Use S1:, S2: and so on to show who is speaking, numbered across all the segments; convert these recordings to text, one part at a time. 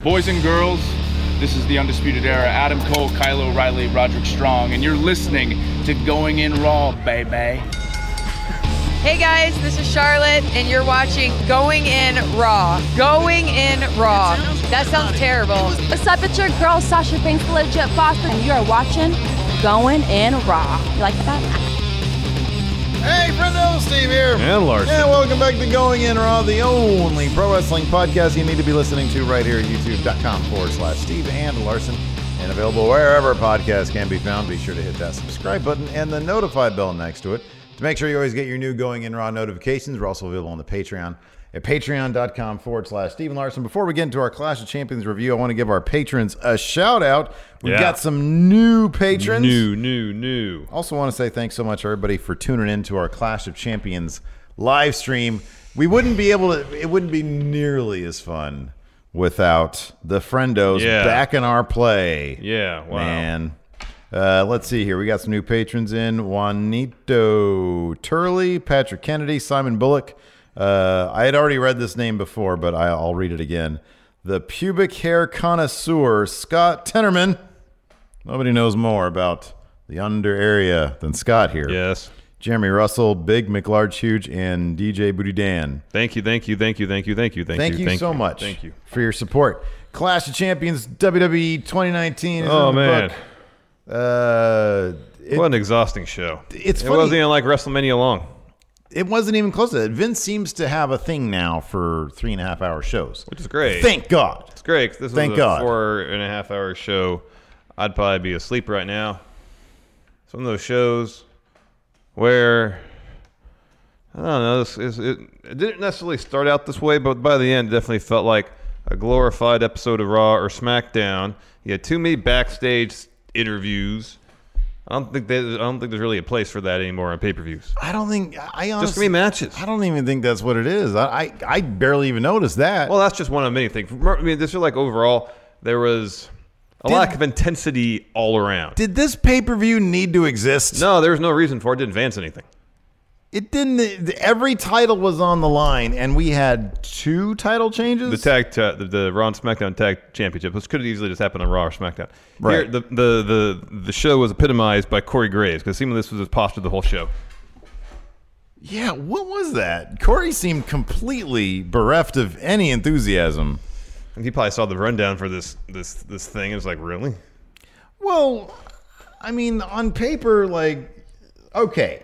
S1: Boys and girls, this is the Undisputed Era. Adam Cole, Kylo Riley, Roderick Strong, and you're listening to Going In Raw, baby.
S2: Hey guys, this is Charlotte, and you're watching Going In Raw. Going In Raw. That sounds terrible.
S3: What's up? It's your girl Sasha Banks, the legit boss, and you are watching Going in Raw. You like that?
S4: Hey, Brent Steve here.
S5: And Larson.
S4: And welcome back to Going In Raw, the only pro wrestling podcast you need to be listening to right here at youtube.com forward slash Steve and Larson. And available wherever podcasts can be found. Be sure to hit that subscribe button and the notify bell next to it to make sure you always get your new Going In Raw notifications. We're also available on the Patreon at patreon.com forward slash Steven Larson. Before we get into our Clash of Champions review, I want to give our patrons a shout out. We've
S5: Yeah.
S4: got some new patrons.
S5: New, new, new.
S4: Also, want to say thanks so much, everybody, for tuning in to our Clash of Champions live stream. We wouldn't be able to, it wouldn't be nearly as fun without the friendos
S5: Yeah.
S4: back in our play.
S5: Yeah, wow.
S4: Man. Uh, let's see here. We got some new patrons in Juanito Turley, Patrick Kennedy, Simon Bullock. Uh, I had already read this name before, but I, I'll read it again. The pubic hair connoisseur, Scott Tenorman. Nobody knows more about the under area than Scott here.
S5: Yes.
S4: Jeremy Russell, Big McLarge Huge, and DJ Booty Dan.
S5: Thank you, thank you, thank you, thank you, thank you, thank,
S4: Thank,
S5: you.
S4: you, so much
S5: Thank you.
S4: for your support. Clash of Champions WWE 2019. Is
S5: Oh
S4: in the
S5: man,
S4: book. Uh, it,
S5: what an exhausting show!
S4: It's
S5: it
S4: funny.
S5: wasn't even like WrestleMania long.
S4: it wasn't even close to that. Vince seems to have a thing now for three and a half hour shows, which
S5: is great.
S4: Thank God.
S5: It's great. 'cause This
S4: Thank
S5: was a
S4: God.
S5: four and a half hour show. I'd probably be asleep right now. It's one of those shows where I don't know. This is, it, it didn't necessarily start out this way, but by the end, it definitely felt like a glorified episode of Raw or SmackDown. You had too many backstage interviews. I don't think that, I don't think there's really a place for that anymore on pay per views.
S4: I don't think I honestly
S5: Just give me matches.
S4: I don't even think that's what it is. I I, I barely even noticed that.
S5: Well, that's just one of many things. I mean, this is like overall, there was a
S4: Did-
S5: lack of intensity all around.
S4: did this pay per view need to exist?
S5: No, there was no reason for it. it. Didn't advance anything.
S4: It didn't. Every title was on the line, and we had two title changes.
S5: The tag, ta- the, the Raw and SmackDown tag championship, which could have easily just happened on Raw or SmackDown. Here,
S4: Right.
S5: the, the the the show was epitomized by Corey Graves because seemingly this was his posture the whole show.
S4: yeah, what was that? Corey seemed completely bereft of any enthusiasm.
S5: And he probably saw the rundown for this this this thing. It was like, really?
S4: Well, I mean, on paper, like, okay,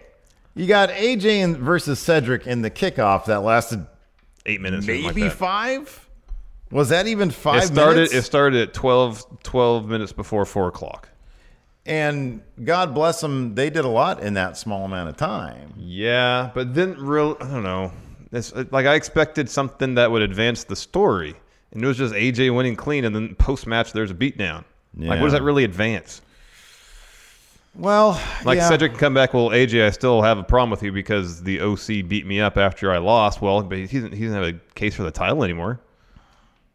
S4: you got AJ and versus Cedric in the kickoff that lasted
S5: Eight minutes. or something like
S4: maybe
S5: that.
S4: five. Was that even five?
S5: It started.
S4: minutes?
S5: It started at 12, 12 minutes before four o'clock.
S4: and God bless them, they did a lot in that small amount of time.
S5: Yeah, but then real. I don't know. It's uh, like I expected something that would advance the story, and it was just AJ winning clean, and then post match there's a beatdown. Like, what does
S4: Yeah.
S5: that really advance?
S4: Well,
S5: Like
S4: yeah.
S5: Cedric can come back. Well, AJ, I still have a problem with you because the OC beat me up after I lost. Well, but he doesn't, he doesn't have a case for the title anymore.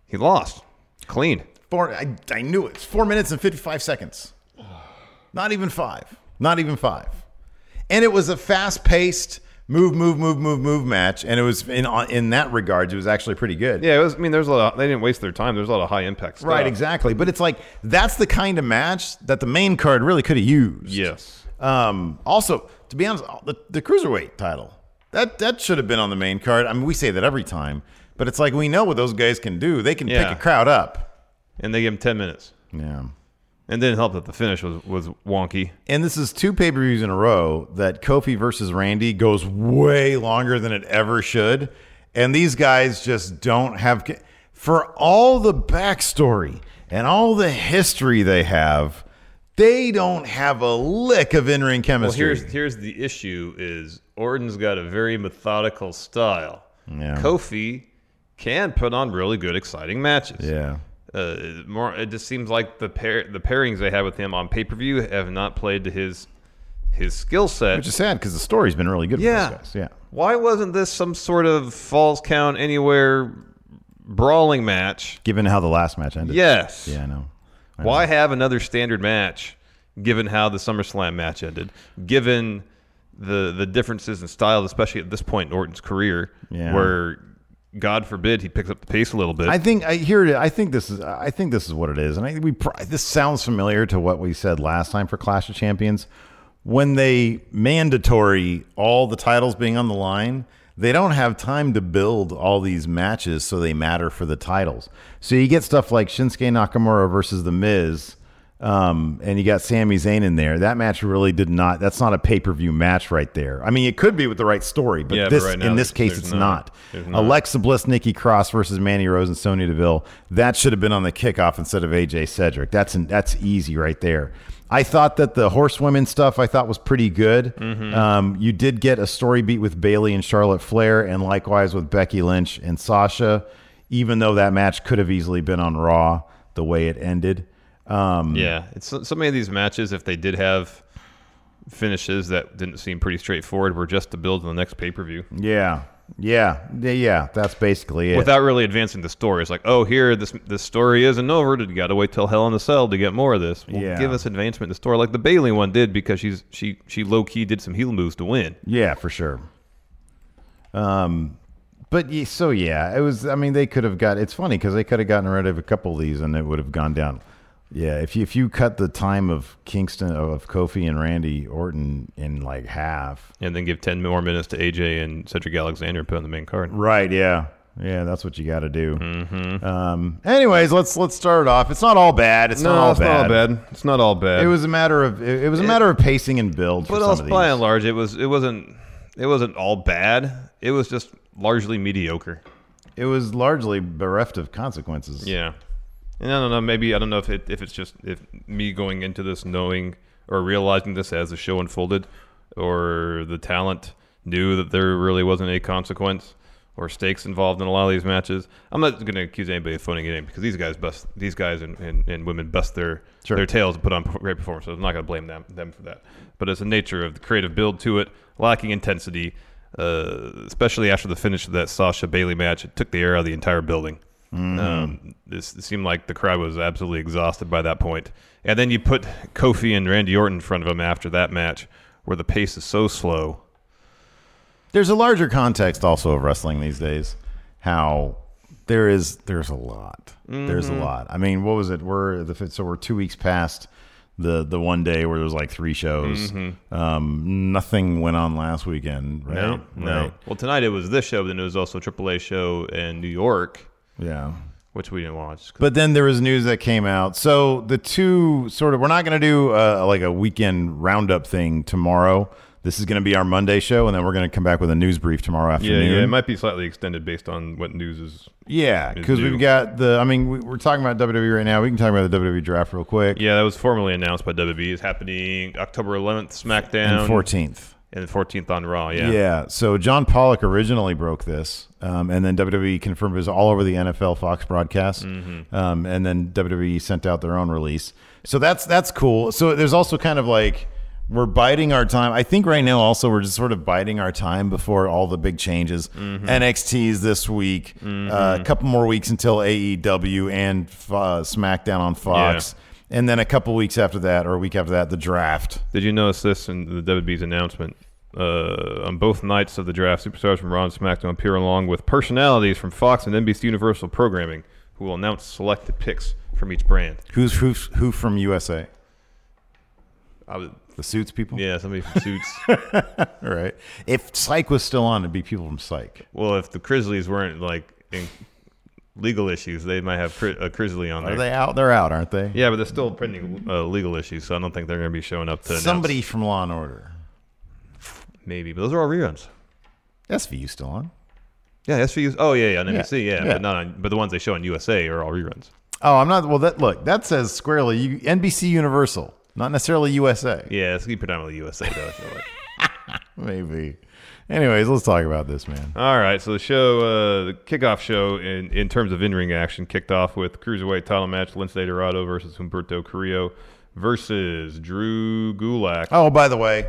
S5: He lost, clean.
S4: Four, I, I knew it. It's four minutes and 55 seconds. Not even five. Not even five. And it was a fast paced move, move, move, move, move match. And it was, in, in that regard, it was actually pretty good.
S5: Yeah, it was, I mean, there's a lot. They didn't waste their time. There's a lot of high impact stuff.
S4: Right, exactly. But it's like, that's the kind of match that the main card really could have used.
S5: Yes.
S4: Um, also, to be honest, the, the cruiserweight title that that should have been on the main card. I mean, we say that every time, but it's like we know what those guys can do. They can
S5: Yeah.
S4: pick a crowd up.
S5: And they gave him ten minutes,
S4: Yeah.
S5: and didn't help that the finish was was wonky.
S4: And this is two pay per views in a row that Kofi versus Randy goes way longer than it ever should. And these guys just don't have. For all the backstory and all the history they have, they don't have a lick of in ring
S5: Well,
S4: chemistry.
S5: here's here's the issue: is Orton's got a very methodical style.
S4: Yeah.
S5: Kofi can put on really good, exciting matches.
S4: Yeah.
S5: Uh, it- more, it just seems like the pair, the pairings they have with him on pay per view have not played to his his skill set.
S4: Which is sad because the story's been really good
S5: yeah,
S4: for those guys. Yeah.
S5: Why wasn't this some sort of falls count anywhere brawling match?
S4: Given how the last match ended.
S5: Yes.
S4: Yeah, I know. I
S5: Why
S4: know.
S5: have another standard match given how the SummerSlam match ended? Given the the differences in style, especially at this point in Orton's career,
S4: Yeah.
S5: where God forbid he picks up the pace a little bit.
S4: I think I hear it. I think this is. I think this is what it is, and I, we. pr- This sounds familiar to what we said last time for Clash of Champions, when they mandatory all the titles being on the line. They don't have time to build all these matches, so they matter for the titles. So you get stuff like Shinsuke Nakamura versus The Miz, um, and you got Sami Zayn in there. That match really did not. That's not a pay per view match right there. I mean, it could be with the right story, but
S5: Yeah, but
S4: this
S5: right now
S4: in this
S5: there's-
S4: case,
S5: there's
S4: it's
S5: not.
S4: not.
S5: There's not.
S4: Alexa Bliss, Nikki Cross versus Manny Rose and Sonya Deville. That should have been on the kickoff instead of AJ Cedric. That's an, that's easy right there. I thought that the horsewomen stuff I thought was pretty good.
S5: Mm-hmm.
S4: Um, you did get a story beat with Bailey and Charlotte Flair, and likewise with Becky Lynch and Sasha. Even though that match could have easily been on Raw, the way it ended. Um,
S5: Yeah, it's so so many of these matches. If they did have finishes that didn't seem pretty straightforward, were just to build on the next pay per view
S4: yeah, yeah, yeah, yeah. That's basically it.
S5: without really advancing the story. It's like, oh, here this this story isn't over. You got to wait till Hell in a Cell to get more of this. Well,
S4: Yeah.
S5: give us advancement in the story, like the Bailey one did, because she's she she low key did some heel moves to win.
S4: Yeah, for sure. Um, but ye- so yeah, it was. I mean, they could have got. It's funny because they could have gotten rid of a couple of these, and it would have gone down. Yeah, if you if you cut the time of Kingston of Kofi and Randy Orton in like half.
S5: and then give 10 more minutes to AJ and Cedric Alexander and put on the main card.
S4: Right. Yeah. Yeah, that's what you got to do. Um, anyways, let's let's start it off. It's not all bad. It's not all bad.
S5: bad. It's not all bad.
S4: It was a matter of it, it was a matter of pacing and build. for
S5: but
S4: some
S5: else
S4: of
S5: by
S4: these.
S5: and large, it was it wasn't it wasn't all bad. It was just largely mediocre.
S4: it was largely bereft of consequences.
S5: Yeah. And I don't know, maybe I don't know if it if it's just if me going into this knowing or realizing this as the show unfolded or the talent knew that there really wasn't a consequence or stakes involved in a lot of these matches. I'm not gonna accuse anybody of phoning it in because these guys bust these guys and, and, and women bust their
S4: Sure.
S5: their tails and put on great performances. I'm not gonna blame them them for that. But it's the nature of the creative build to it, lacking intensity, uh, especially after the finish of that Sasha Bailey match, it took the air out of the entire building. Um, this it seemed like the crowd was absolutely exhausted by that point. And then you put Kofi and Randy Orton in front of him after that match, where the pace is so slow.
S4: there's a larger context also of wrestling these days how there is there's a lot there's a
S5: Mm-hmm.
S4: lot i mean what was it we're the fifth so we're two weeks past the the one day where there was like three shows
S5: Mm-hmm.
S4: um nothing went on last weekend right
S5: No, no.
S4: Right.
S5: Well, tonight it was this show, but then it was also a AAA show in New York,
S4: yeah
S5: which we didn't watch. 'cause
S4: but then there was news that came out so the two sort of we're not going to do uh, like a weekend roundup thing tomorrow this is going to be our monday show and then we're going to come back with a news brief tomorrow
S5: yeah,
S4: afternoon
S5: yeah, it might be slightly extended based on what news is.
S4: Yeah,
S5: is
S4: because
S5: new.
S4: we've got the. I mean, we, we're talking about WWE right now. We can talk about the WWE draft real quick.
S5: Yeah, that was formally announced by WWE. It's happening October 11th, SmackDown,
S4: and fourteenth.
S5: and 14th on Raw.
S4: Yeah.
S5: Yeah,
S4: So John Pollock originally broke this, um, and then WWE confirmed it was all over the NFL Fox broadcast, um, and then WWE sent out their own release. So that's that's cool. So there's also kind of like we're biding our time. I think right now also we're just sort of biding our time before all the big changes. NXT's this week, uh, a couple more weeks until AEW and uh, SmackDown on Fox. And then a couple weeks after that, or a week after that, the draft.
S5: Did you notice this in the WB's announcement? Uh, on both nights of the draft, superstars from Raw and SmackDown appear along with personalities from Fox and NBC Universal programming who will announce selected picks from each brand.
S4: Who's who's who from USA?
S5: I would,
S4: The suits people.
S5: yeah, somebody from Suits.
S4: All right. If Psych was still on, it'd be people from Psych.
S5: well, if the Grizzlies weren't like in legal issues, they might have Cri- a Grizzly on
S4: Are
S5: there.
S4: they out? They're out, aren't they?
S5: Yeah, but they're still pending uh, legal issues, so I don't think they're going to be showing up to announce.
S4: Somebody from Law and Order.
S5: Maybe, but those are all reruns.
S4: SVU still on?
S5: Yeah, SVU. Oh yeah, yeah, on NBC. Yeah,
S4: yeah.
S5: but not on. But the ones they show on USA are all reruns.
S4: Oh, I'm not. Well, that look that says squarely you, NBC Universal, not necessarily USA.
S5: Yeah, it's gonna be predominantly USA though. I feel like.
S4: Maybe Anyways, let's talk about this, man.
S5: All right, so the show, uh, the kickoff show in, in terms of in-ring action, kicked off with cruiserweight title match: Lince Dorado versus Humberto Carrillo versus Drew Gulak.
S4: Oh, by the way,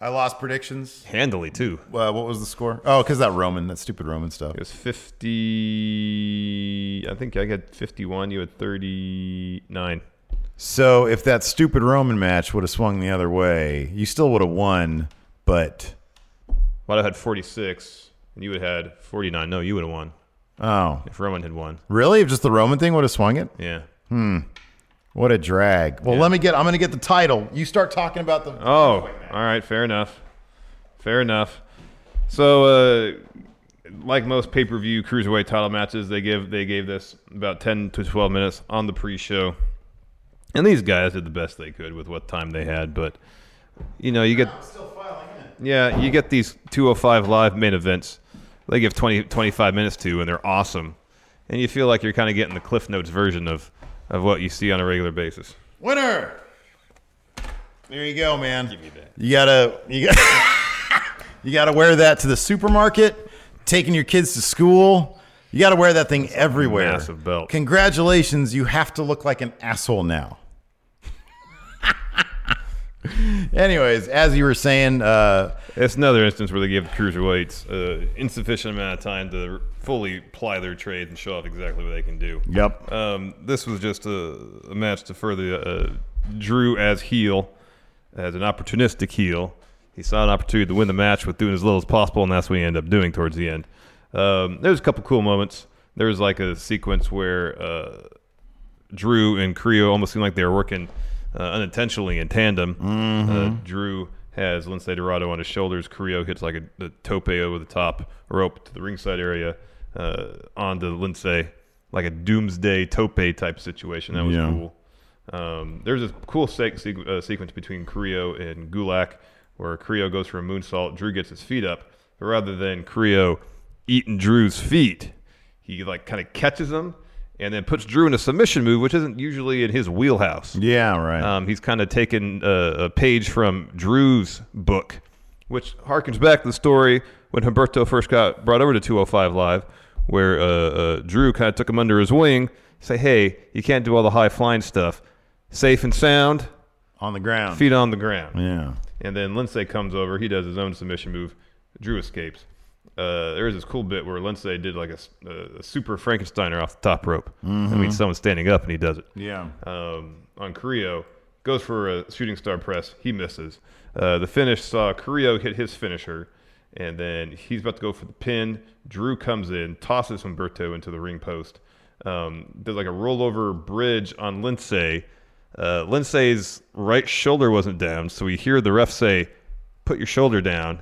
S4: I lost predictions.
S5: Handily too.
S4: Uh, what was the score? Oh, because that Roman, that stupid Roman stuff.
S5: It was fifty. I think I had fifty-one. You had thirty-nine.
S4: So if that stupid Roman match would have swung the other way, you still would have won, but
S5: Well, I had forty-six, and you would have had forty-nine. No, you would have won
S4: oh.
S5: if Roman had won.
S4: Really? If just the Roman thing would have swung it?
S5: Yeah.
S4: What a drag. Well,
S5: Yeah.
S4: let me get I'm gonna get the title. You start talking about the
S5: Oh, all right, fair enough. Fair enough. So, uh, like most pay-per-view cruiserweight title matches, they give they gave this about 10 to 12 minutes on the pre-show, and these guys did the best they could with what time they had. But you know, you get yeah, you get these 205 live main events. They give 20 25 minutes to, and they're awesome, and you feel like you're kind of getting the Cliff Notes version of of what you see on a regular basis.
S4: winner. There you go, man. Give me that. You gotta you gotta You gotta wear that to the supermarket, taking your kids to school. You gotta wear that thing everywhere.
S5: massive belt.
S4: Congratulations, you have to look like an asshole now. Anyways, as you were saying, uh,
S5: It's another instance where they give cruiserweights uh, insufficient amount of time to fully ply their trade and show off exactly what they can do.
S4: Yep.
S5: Um, this was just a, a match to further uh, Drew as heel, as an opportunistic heel. He saw an opportunity to win the match with doing as little as possible, and that's what he ended up doing towards the end. Um, there was a couple cool moments. There was like a sequence where uh, Drew and Creo almost seemed like they were working uh, unintentionally in tandem. Uh, Drew has Lince Dorado on his shoulders. Creo hits like a, a tope over the top rope to the ringside area uh, onto Lince, like a doomsday tope type situation. That was
S4: Yeah.
S5: cool. Um, there's a cool se- se- uh, sequence between Creo and Gulak where Creo goes for a moonsault. Drew gets his feet up. But rather than Creo eating Drew's feet, he like kind of catches him and then puts Drew in a submission move, which isn't usually in his wheelhouse.
S4: yeah, right.
S5: Um, he's kind of taken a, a page from Drew's book, which harkens back to the story when Humberto first got brought over to 205 Live, where uh, uh, Drew kind of took him under his wing, say, hey, you can't do all the high flying stuff. Safe and sound,
S4: on the ground.
S5: feet on the ground.
S4: yeah.
S5: And then Lindsay comes over. He does his own submission move. Drew escapes. Uh, there is this cool bit where Lindsay did like a, s- a- a super Frankensteiner off the top rope. I mean, someone's standing up and he does it.
S4: Yeah.
S5: Um, on Creo, goes for a shooting star press. He misses. Uh, the finish saw Creo hit his finisher, and then he's about to go for the pin. Drew comes in, tosses Humberto into the ring post. Um, does like a rollover bridge on Lindsay. Uh, Lindsay's right shoulder wasn't down, so we hear the ref say, "Put your shoulder down."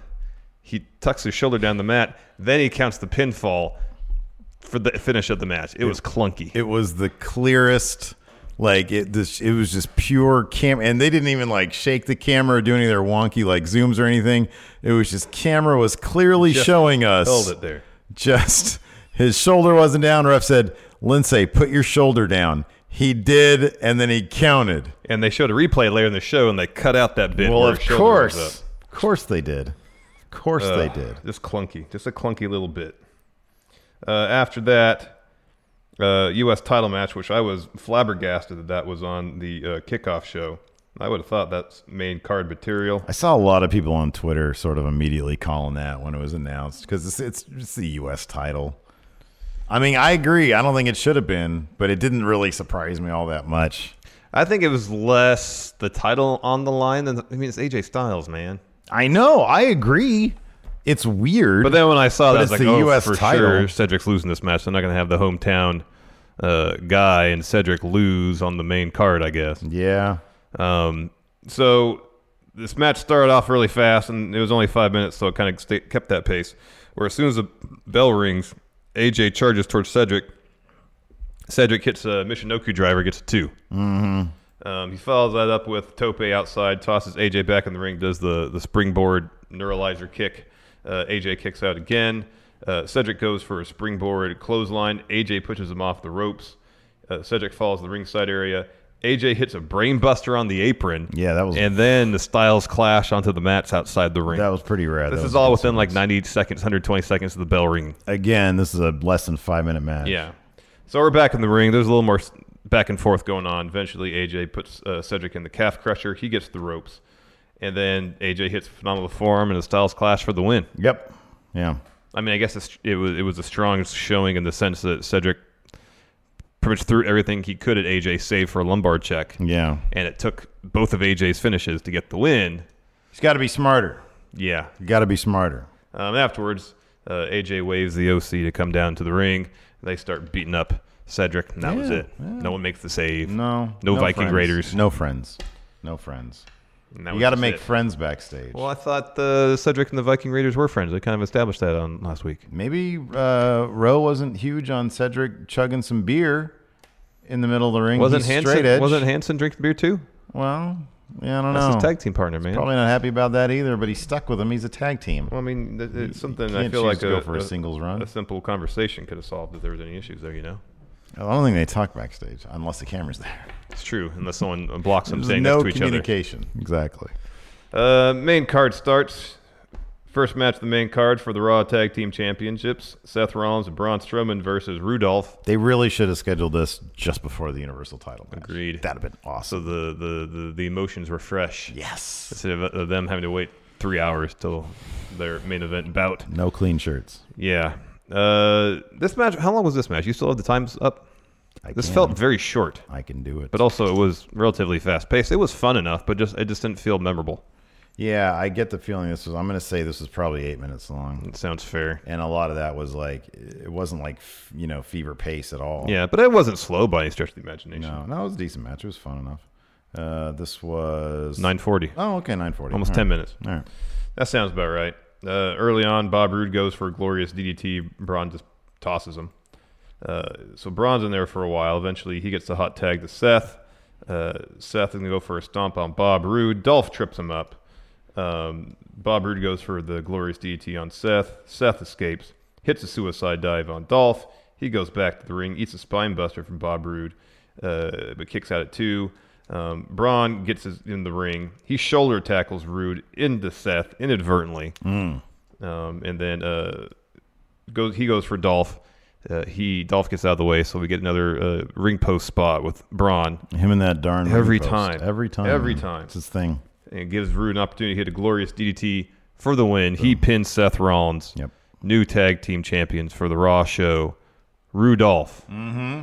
S5: He tucks his shoulder down the mat. Then he counts the pinfall for the finish of the match. It was clunky.
S4: It was the clearest. Like it, this it was just pure cam, and they didn't even like shake the camera or do any of their wonky like zooms or anything. It was just camera was clearly
S5: Just
S4: showing us
S5: held it there.
S4: Just his shoulder wasn't down. Ref said, "Lindsay, put your shoulder down." He did, and then he counted.
S5: And they showed a replay later in the show, and they cut out that bit.
S4: well,
S5: where
S4: of
S5: his shoulder was
S4: course,
S5: up.
S4: of course they did. Of course they did.
S5: Just clunky, just a clunky little bit. Uh, after that, uh, U.S. title match, which I was flabbergasted that that was on the uh, kickoff show. I would have thought that's main card material.
S4: I saw a lot of people on Twitter sort of immediately calling that when it was announced because it's, it's it's the U.S. title. I mean, I agree. I don't think it should have been, but it didn't really surprise me all that much.
S5: I think it was less the title on the line than I mean it's AJ Styles, man.
S4: I know. I agree. It's weird.
S5: But then when I saw
S4: But
S5: that, I was
S4: it's
S5: like,
S4: the
S5: oh,
S4: US
S5: for
S4: title.
S5: sure, Cedric's losing this match. They're not going to have the hometown uh, guy and Cedric lose on the main card, I guess.
S4: yeah,
S5: Um, so this match started off really fast, and it was only five minutes, so it kind of sta- kept that pace. Where as soon as the bell rings, AJ charges towards Cedric. Cedric hits a Michinoku driver, gets a 2 Mm-hmm. Um, he follows that up with Tope outside, tosses AJ back in the ring, does the, the springboard neuralizer kick. Uh, AJ kicks out again. Uh, Cedric goes for a springboard clothesline. AJ pushes him off the ropes. Uh, Cedric falls to the ringside area. AJ hits a brainbuster on the apron.
S6: Yeah, that was-
S5: And then the styles clash onto the mats outside the ring.
S4: That was pretty rare.
S5: this
S4: is
S5: is all within like 90 seconds, 120 seconds of the bell ring.
S4: Again, this is a less than five minute match.
S5: Yeah. So we're back in the ring. There's a little more s- back and forth going on. Eventually, AJ puts uh, Cedric in the calf crusher. He gets the ropes. And then AJ hits phenomenal form and the styles clash for the win.
S4: Yep. Yeah.
S5: I mean, I guess it's, it was it was a strong showing in the sense that Cedric pretty much threw everything he could at AJ, save for a lumbar check,
S4: Yeah.
S5: and it took both of AJ's finishes to get the win.
S4: He's got to be smarter.
S5: Yeah.
S4: You got to be smarter.
S5: Um, afterwards, uh, AJ waves the OC to come down to the ring. They start beating up Cedric, and that was
S4: Yeah,
S5: it. No one makes the save.
S4: No.
S5: No, Viking
S4: friends.
S5: Raiders.
S4: No friends. No friends.
S5: And that
S4: You
S5: was
S4: got to
S5: just
S4: make
S5: it.
S4: friends backstage.
S5: Well, I thought the Cedric and the Viking Raiders were friends. They kind of established that on last week.
S4: Maybe uh, Roe wasn't huge on Cedric chugging some beer in the middle of the ring.
S5: Wasn't
S4: He's straight
S5: Hanson?
S4: edge.
S5: Wasn't Hanson drinking beer too?
S4: Well, yeah, I don't
S5: That's
S4: know.
S5: his tag team partner, man.
S4: Probably not happy about that either, but he's stuck with him. He's a tag team.
S5: Well, I mean, th- it's something I
S4: can't
S5: feel
S4: choose
S5: like
S4: to go for a singles run.
S5: A simple conversation could have solved if there was any issues there. You know,
S4: I don't think they talk backstage unless the camera's there.
S5: it's true unless someone blocks them
S4: There's
S5: saying
S4: no
S5: next to each other.
S4: communication. Exactly.
S5: Uh, main card starts. First match, of the main card for the Raw Tag Team Championships: Seth Rollins and Braun Strowman versus Rudolph.
S4: They really should have scheduled this just before the Universal title. match.
S5: Agreed.
S4: That'd have been
S5: So
S4: awesome.
S5: the the the, the emotions were fresh.
S4: yes.
S5: Instead of, of them having to wait three hours till their main event bout.
S4: No clean shirts.
S5: Yeah. Uh, this match. How long was this match? You still have the times up.
S4: I
S5: This
S4: can.
S5: felt very short.
S4: I can do it.
S5: but also it was relatively fast paced. It was fun enough, but just it just didn't feel memorable.
S4: yeah, I get the feeling this was. I'm going to say this was probably eight minutes long,
S5: It sounds fair.
S4: and a lot of that was like it wasn't like f- you know fever pace at all.
S5: Yeah, but it wasn't slow by any stretch of the imagination.
S4: No, no, it was a decent match. It was fun enough. Uh, this was
S5: Nine forty,
S4: Oh, okay, nine forty.
S5: almost ten minutes.
S4: All right.
S5: That sounds about right. Uh, early on, Bob Roode goes for a glorious DDT. Braun just tosses him. Uh, so Braun's in there for a while. Eventually, he gets the hot tag to Seth. Uh, Seth is going to go for a stomp on Bob Roode. Dolph trips him up. Um, Bob Roode goes for the glorious DDT on Seth. Seth escapes, hits a suicide dive on Dolph. He goes back to the ring, eats a spine buster from Bob Roode, uh, but kicks out at two. Um, Braun gets his, in the ring. He shoulder tackles Rude into Seth inadvertently, um, and then uh, goes. He goes for Dolph. Uh, he Dolph gets out of the way, so we get another uh, ring post spot with Braun,
S4: Him and that darn ring
S5: Every
S4: post.
S5: time.
S4: Every time.
S5: Every time.
S4: It's his thing.
S5: and gives Rude an opportunity to hit a glorious DDT for the win. He pins Seth Rollins,
S4: Yep.
S5: new tag team champions for the Raw show. Rudolph.
S4: Mm.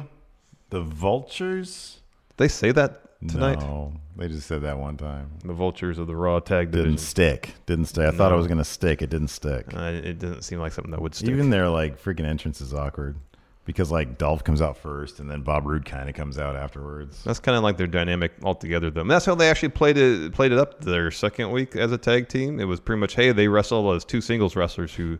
S4: The vultures?
S5: They say that tonight.
S4: No. They just said that one time.
S5: The vultures of the Raw tag
S4: Didn't
S5: division.
S4: stick. Didn't stay. I thought it
S5: No.
S4: was gonna stick. It didn't stick.
S5: Uh, it doesn't seem like something that would stick.
S4: Even their like freaking entrance is awkward. Because like Dolph comes out first and then Bob Roode kinda comes out afterwards.
S5: That's kind of like their dynamic altogether, though. And that's how they actually played it played it up their second week as a tag team. It was pretty much, hey, they wrestle as two singles wrestlers who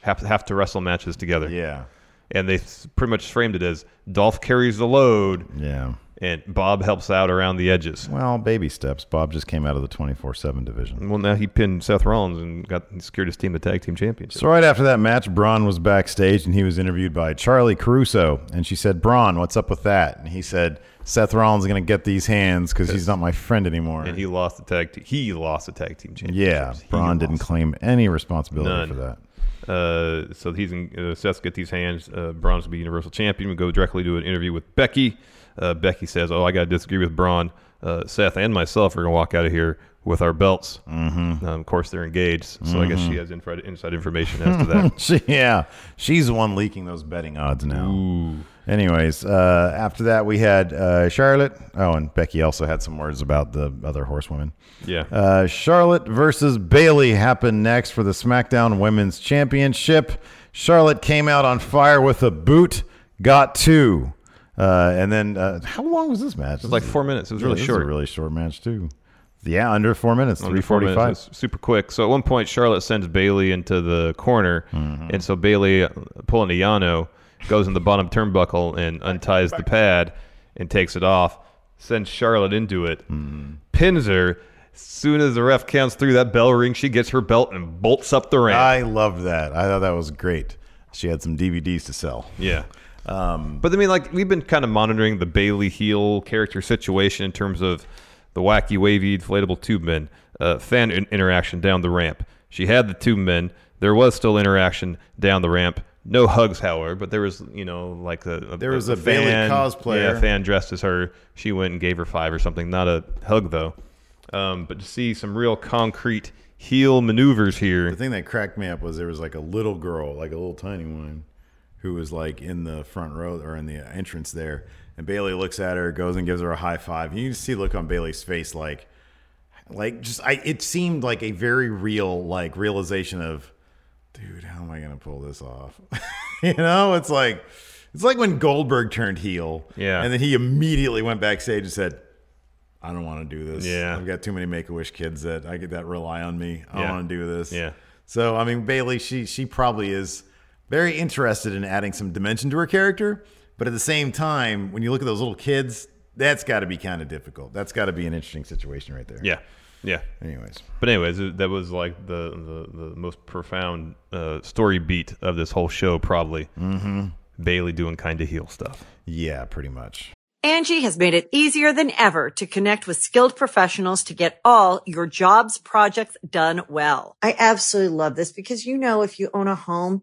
S5: have to, have to wrestle matches together.
S4: Yeah.
S5: And they s- pretty much framed it as Dolph carries the load
S4: Yeah.
S5: and Bob helps out around the edges.
S4: Well, baby steps. Bob just came out of the twenty four seven division.
S5: Well, now he pinned Seth Rollins and got secured his team the tag team championship.
S4: So right after that match, Braun was backstage and he was interviewed by Charlie Caruso, and she said, "Braun, what's up with that?" And he said, "Seth Rollins is going to get these hands because he's not my friend anymore."
S5: and he lost the tag. Te- he lost the tag team championship.
S4: yeah, Braun didn't claim any responsibility
S5: None.
S4: for that.
S5: Uh, so he's in, uh, Seth's get these hands. Uh, Braun's to be Universal Champion. We go directly to an interview with Becky. Uh, Becky says, "Oh, I got to disagree with Braun. Uh, Seth and myself are gonna walk out of here with our belts. Mm-hmm. Um, of course, they're engaged, so I guess
S4: Mm-hmm.
S5: she has inside, inside information as to that.
S4: She, yeah, she's the one leaking those betting odds now. Anyways, uh, after that we had uh, Charlotte. Oh, and Becky also had some words about the other horsewomen.
S5: yeah,
S4: Uh, Charlotte versus Bailey happened next for the SmackDown Women's Championship. Charlotte came out on fire with a boot, got two, uh, and then uh, how long was this match? It
S5: was like four minutes. It was really
S4: A
S5: short.
S4: really short match too. Yeah, under four minutes,
S5: Under
S4: three
S5: four minutes,
S4: forty-five.
S5: it's super quick. So at one point, Charlotte sends Bailey into the corner, and so Bailey uh, pulling a Yano goes in the bottom turnbuckle and unties the pad and takes it off. Sends Charlotte into it, pins her. Soon as the ref counts through that bell ring, she gets her belt and bolts up the ramp.
S4: I loved that. I thought that was great. She had some DVDs to sell.
S5: yeah.
S4: Um,
S5: But I mean, like we've been kind of monitoring the Bailey heel character situation in terms of the wacky, wavy, inflatable tube men uh, fan in- interaction down the ramp. She had the tube men. There was still interaction down the ramp. No hugs, however, but there was, you know, like a, a
S4: There was a Bayley cosplayer.
S5: Yeah, fan dressed as her. She went and gave her five or something. Not a hug though. Um, but to see some real concrete heel maneuvers here.
S4: the thing that cracked me up was there was like a little girl, like a little tiny one, who was like in the front row or in the entrance there. And Bailey looks at her, goes and gives her a high five. You can see the look on Bailey's face, like, like just I. It seemed like a very real like realization of, dude, how am I gonna pull this off? you know, it's like, it's like when Goldberg turned heel,
S5: Yeah.
S4: and then he immediately went backstage and said. I don't want to do this.
S5: Yeah.
S4: I've got too many Make a Wish kids that I get that rely on me. I
S5: Yeah.
S4: want to do this.
S5: Yeah.
S4: So I mean, Bailey, she she probably is very interested in adding some dimension to her character, but at the same time, when you look at those little kids, that's got to be kind of difficult. That's got to be an interesting situation right there.
S5: Yeah, yeah.
S4: Anyways,
S5: But anyways, it- that was like the the, the most profound uh, story beat of this whole show, probably. Mm-hmm. Bailey doing kind of heel stuff.
S4: yeah, pretty much.
S7: Angie has made it easier than ever to connect with skilled professionals to get all your jobs projects done well.
S8: I absolutely love this because, you know, if you own a home,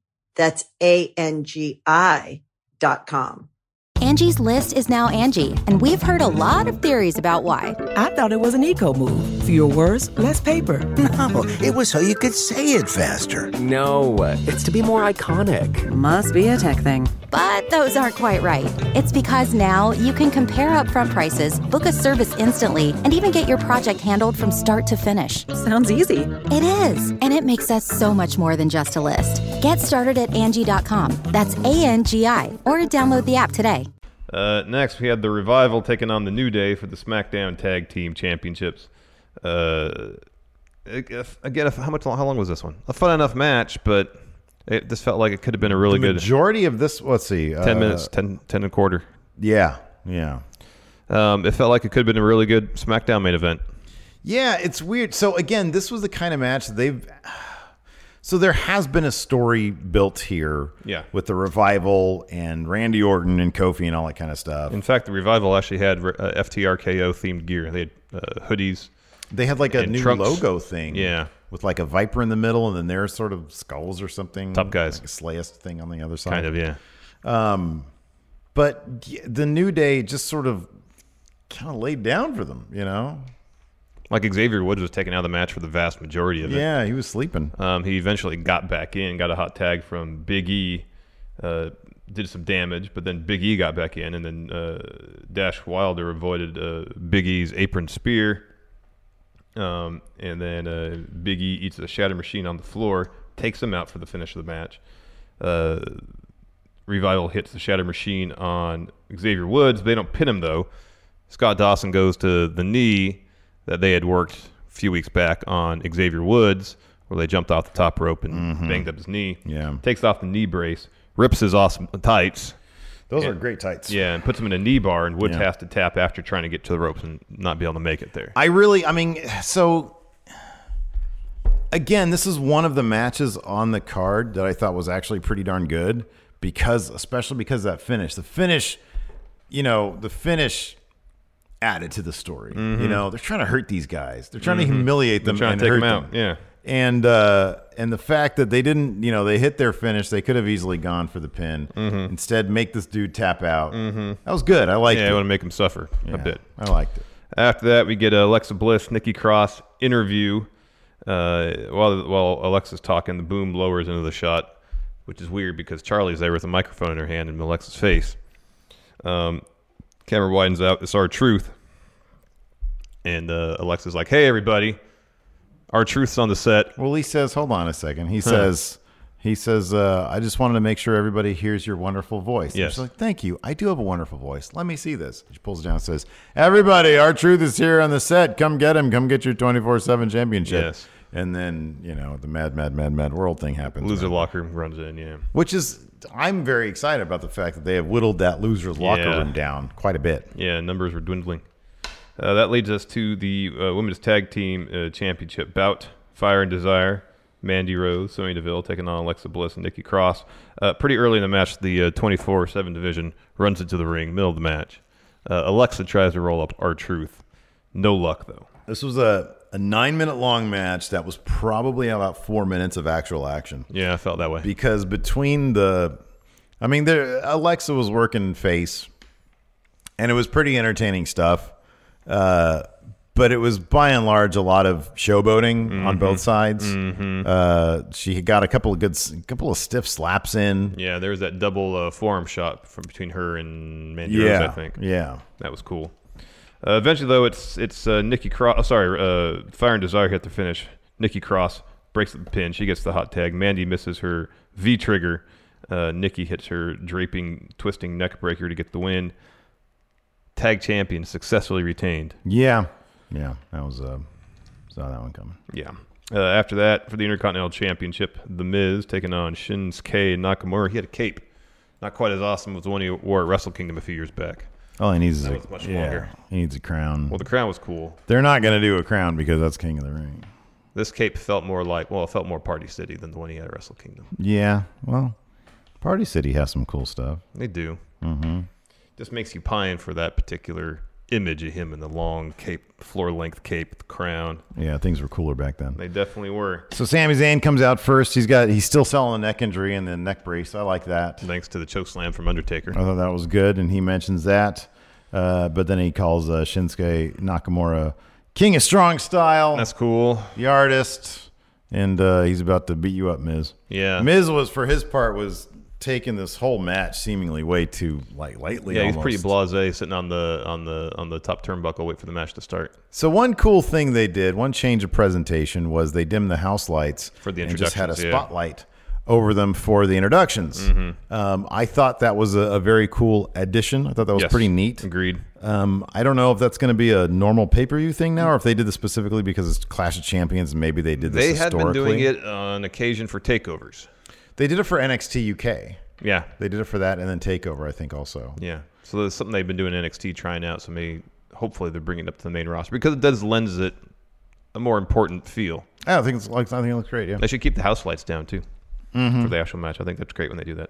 S8: That's A-N-G-I dot com.
S9: Angie's list is now Angie, and we've heard a lot of theories about why.
S10: I thought it was an eco move. Fewer words, less paper.
S11: No, it was so you could say it faster.
S10: No, it's to be more iconic.
S7: Must be a tech thing.
S9: But those aren't quite right. It's because now you can compare upfront prices, book a service instantly, and even get your project handled from start to finish.
S10: Sounds easy.
S9: It is, and it makes us so much more than just a list. Get started at Angie.com. That's A N G I, or download the app today.
S5: Uh, next, we had the revival taking on the New Day for the SmackDown Tag Team Championships. Uh, if- again, if, how much? How long was this one? A fun enough match, but it, this felt like it could have been a really
S4: the
S5: good
S4: majority of this, let's see,
S5: ten
S4: uh,
S5: minutes, 10, 10 and a quarter.
S4: Yeah, yeah.
S5: Um, it felt like it could have been a really good SmackDown main event.
S4: Yeah, it's weird. So again, this was the kind of match that they've. So there has been a story built here,
S5: Yeah.
S4: with the revival and Randy Orton and Kofi and all that kind of stuff.
S5: In fact, the revival actually had uh, FTRKO themed gear. They had uh, hoodies.
S4: They had like a
S5: And
S4: new
S5: trunks.
S4: logo thing.
S5: Yeah.
S4: With like a viper in the middle and then their sort of skulls or something.
S5: Top guys.
S4: Like a slayest thing on the other side.
S5: Kind of, yeah.
S4: But y- the New Day just sort of kind of laid down for them, you know?
S5: Like Xavier Woods was taken out of the match for the vast majority of it.
S4: Yeah, he was sleeping.
S5: Um, he eventually got back in, got a hot tag from Big E, uh, did some damage, but then Big E got back in, and then uh, Dash Wilder avoided uh, Big E's apron spear. Um, and then uh, Big E eats the shatter machine on the floor, takes him out for the finish of the match. Uh, Revival hits the shatter machine on Xavier Woods. They don't pin him, though. Scott Dawson goes to the knee that they had worked a few weeks back on Xavier Woods, where they jumped off the top rope and banged up his knee.
S4: Mm-hmm. Yeah.
S5: Takes off the knee brace, rips his awesome tights.
S4: Those are great tights.
S5: Yeah, and puts him in a knee bar, and Woods
S4: Yeah.
S5: has to tap after trying to get to the ropes and not be able to make it there.
S4: I really, I mean, so again, this is one of the matches on the card that I thought was actually pretty darn good because, especially because of that finish. The finish, you know, the finish added to the story. You know, they're trying to hurt these guys. They're trying to humiliate them
S5: Mm-hmm. Trying
S4: and
S5: to take
S4: hurt
S5: him out.
S4: them.
S5: Yeah.
S4: and uh, and the fact that they didn't, you know, they hit their finish, they could have easily gone for the pin.
S5: Mm-hmm.
S4: Instead, make this dude tap out. That was good. I liked
S5: yeah, I
S4: it.
S5: want to make him suffer
S4: Yeah,
S5: a bit.
S4: I liked it.
S5: After that, we get Alexa Bliss, Nikki Cross interview. Uh, while while Alexa's talking, the boom lowers into the shot, which is weird because Charlie's there with a microphone in her hand in Alexa's face. Um, camera widens out. It's our truth, and uh, Alexa's like, "Hey, everybody, our truth's on the set."
S4: Well, he says, "Hold on a second. He
S5: Huh.
S4: says, "He says, uh, I just wanted to make sure everybody hears your wonderful voice." And
S5: Yes.
S4: she's like, "Thank you. I do have a wonderful voice. Let me see this." She pulls it down and says, "Everybody, our truth is here on the set. Come get him. Come get your twenty-four-seven championship."
S5: Yes.
S4: And then you know the mad, mad, mad, mad world thing happens.
S5: Loser
S4: right?
S5: locker room runs in. Yeah.
S4: which is I'm very excited about the fact that they have whittled that losers locker
S5: Yeah.
S4: room down quite a bit.
S5: Yeah, numbers were dwindling. Uh, that leads us to the uh, women's tag team uh, championship bout: Fire and Desire, Mandy Rose, Sonya Deville taking on Alexa Bliss and Nikki Cross. Uh, pretty early in the match, the uh, 24/7 division runs into the ring, middle of the match. Uh, Alexa tries to roll up our truth, no luck though.
S4: This was a, a nine minute long match that was probably about four minutes of actual action.
S5: Yeah, I felt that way.
S4: Because between the, I mean, there Alexa was working face, and it was pretty entertaining stuff. Uh, but it was by and large a lot of showboating
S5: Mm-hmm.
S4: on both sides. Uh, she got a couple of good, s- couple of stiff slaps in.
S5: Yeah, there was that double uh, forearm shot from between her and Mandy Rose,
S4: Yeah,
S5: I think.
S4: yeah.
S5: that was cool. Uh, eventually, though, it's it's uh, Nikki Cross. Oh, sorry, uh, Fire and Desire hit the finish. Nikki Cross breaks the pin. She gets the hot tag. Mandy misses her V trigger. Uh, Nikki hits her draping, twisting neck breaker to get the win. Tag champion successfully retained.
S4: Yeah, yeah. That was uh, saw that one coming.
S5: Yeah. Uh, after that, for the Intercontinental Championship, The Miz taking on Shinsuke Nakamura. He had a cape, not quite as awesome as the one he wore at Wrestle Kingdom a few years back.
S4: All he needs is
S5: That
S4: a,
S5: was much
S4: yeah,
S5: longer.
S4: He needs a crown.
S5: Well, the crown was cool.
S4: They're not going to do a crown because that's King of the Ring.
S5: This cape felt more like, well, it felt more Party City than the one he had at Wrestle Kingdom.
S4: Yeah. Well, Party City has some cool stuff.
S5: They do.
S4: Mm-hmm.
S5: Just makes you pine for that particular image of him in the long cape, floor length cape, the crown.
S4: Yeah, things were cooler back then.
S5: They definitely were,
S4: So Sami Zayn comes out first. He's got he's still selling a neck injury and the neck brace. I like that.
S5: thanks to the choke slam from Undertaker.
S4: I thought that was good, and he mentions that. Uh, but then he calls uh, Shinsuke Nakamura King of Strong Style,
S5: That's cool.
S4: the artist, and uh, he's about to beat you up, Miz.
S5: Yeah.
S4: Miz was for his part was taking this whole match seemingly way too like lightly.
S5: Yeah, he's pretty
S4: almost.
S5: blasé sitting on the on the on the top turnbuckle, wait for the match to start.
S4: So one cool thing they did, one change of presentation was they dimmed the house lights
S5: For the
S4: and just had a
S5: introductions, yeah. Mm-hmm.
S4: spotlight over them for the introductions. Um, I thought that was a, a very cool addition. I thought that was
S5: Yes.
S4: pretty neat.
S5: Agreed.
S4: Um, I don't know if that's going to be a normal pay per view thing now, or if they did this specifically because it's Clash of Champions. and Maybe they did this.
S5: They had been
S4: historically.
S5: doing it on occasion for takeovers.
S4: They did it for NXT UK.
S5: Yeah,
S4: They did it for that, and then Takeover. I think also.
S5: yeah. So there's something they've been doing in NXT trying out. So maybe hopefully they're bringing it up to the main roster because it does lends it a more important feel.
S4: I don't think it's like I think it looks great. Yeah.
S5: They should keep the house lights down too for the actual match. I think that's great when they do that.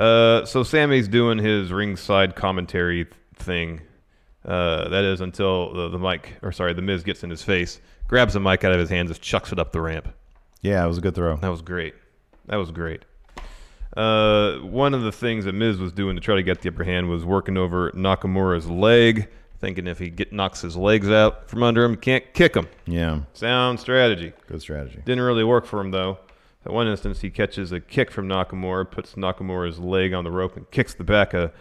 S5: Uh, so Sammy's doing his ringside commentary thing. Uh, that is until the, the mic, or sorry, the Miz gets in his face, grabs the mic out of his hands, just chucks it up the ramp.
S4: Yeah, it was a good throw.
S5: That was great. That was great. Uh, one of the things that Miz was doing to try to get the upper hand was working over Nakamura's leg, thinking if he get, knocks his legs out from under him, can't kick him.
S4: Yeah,
S5: Sound strategy.
S4: good strategy.
S5: Didn't really work for him though. At one instance, he catches a kick from Nakamura, puts Nakamura's leg on the rope, and kicks the back of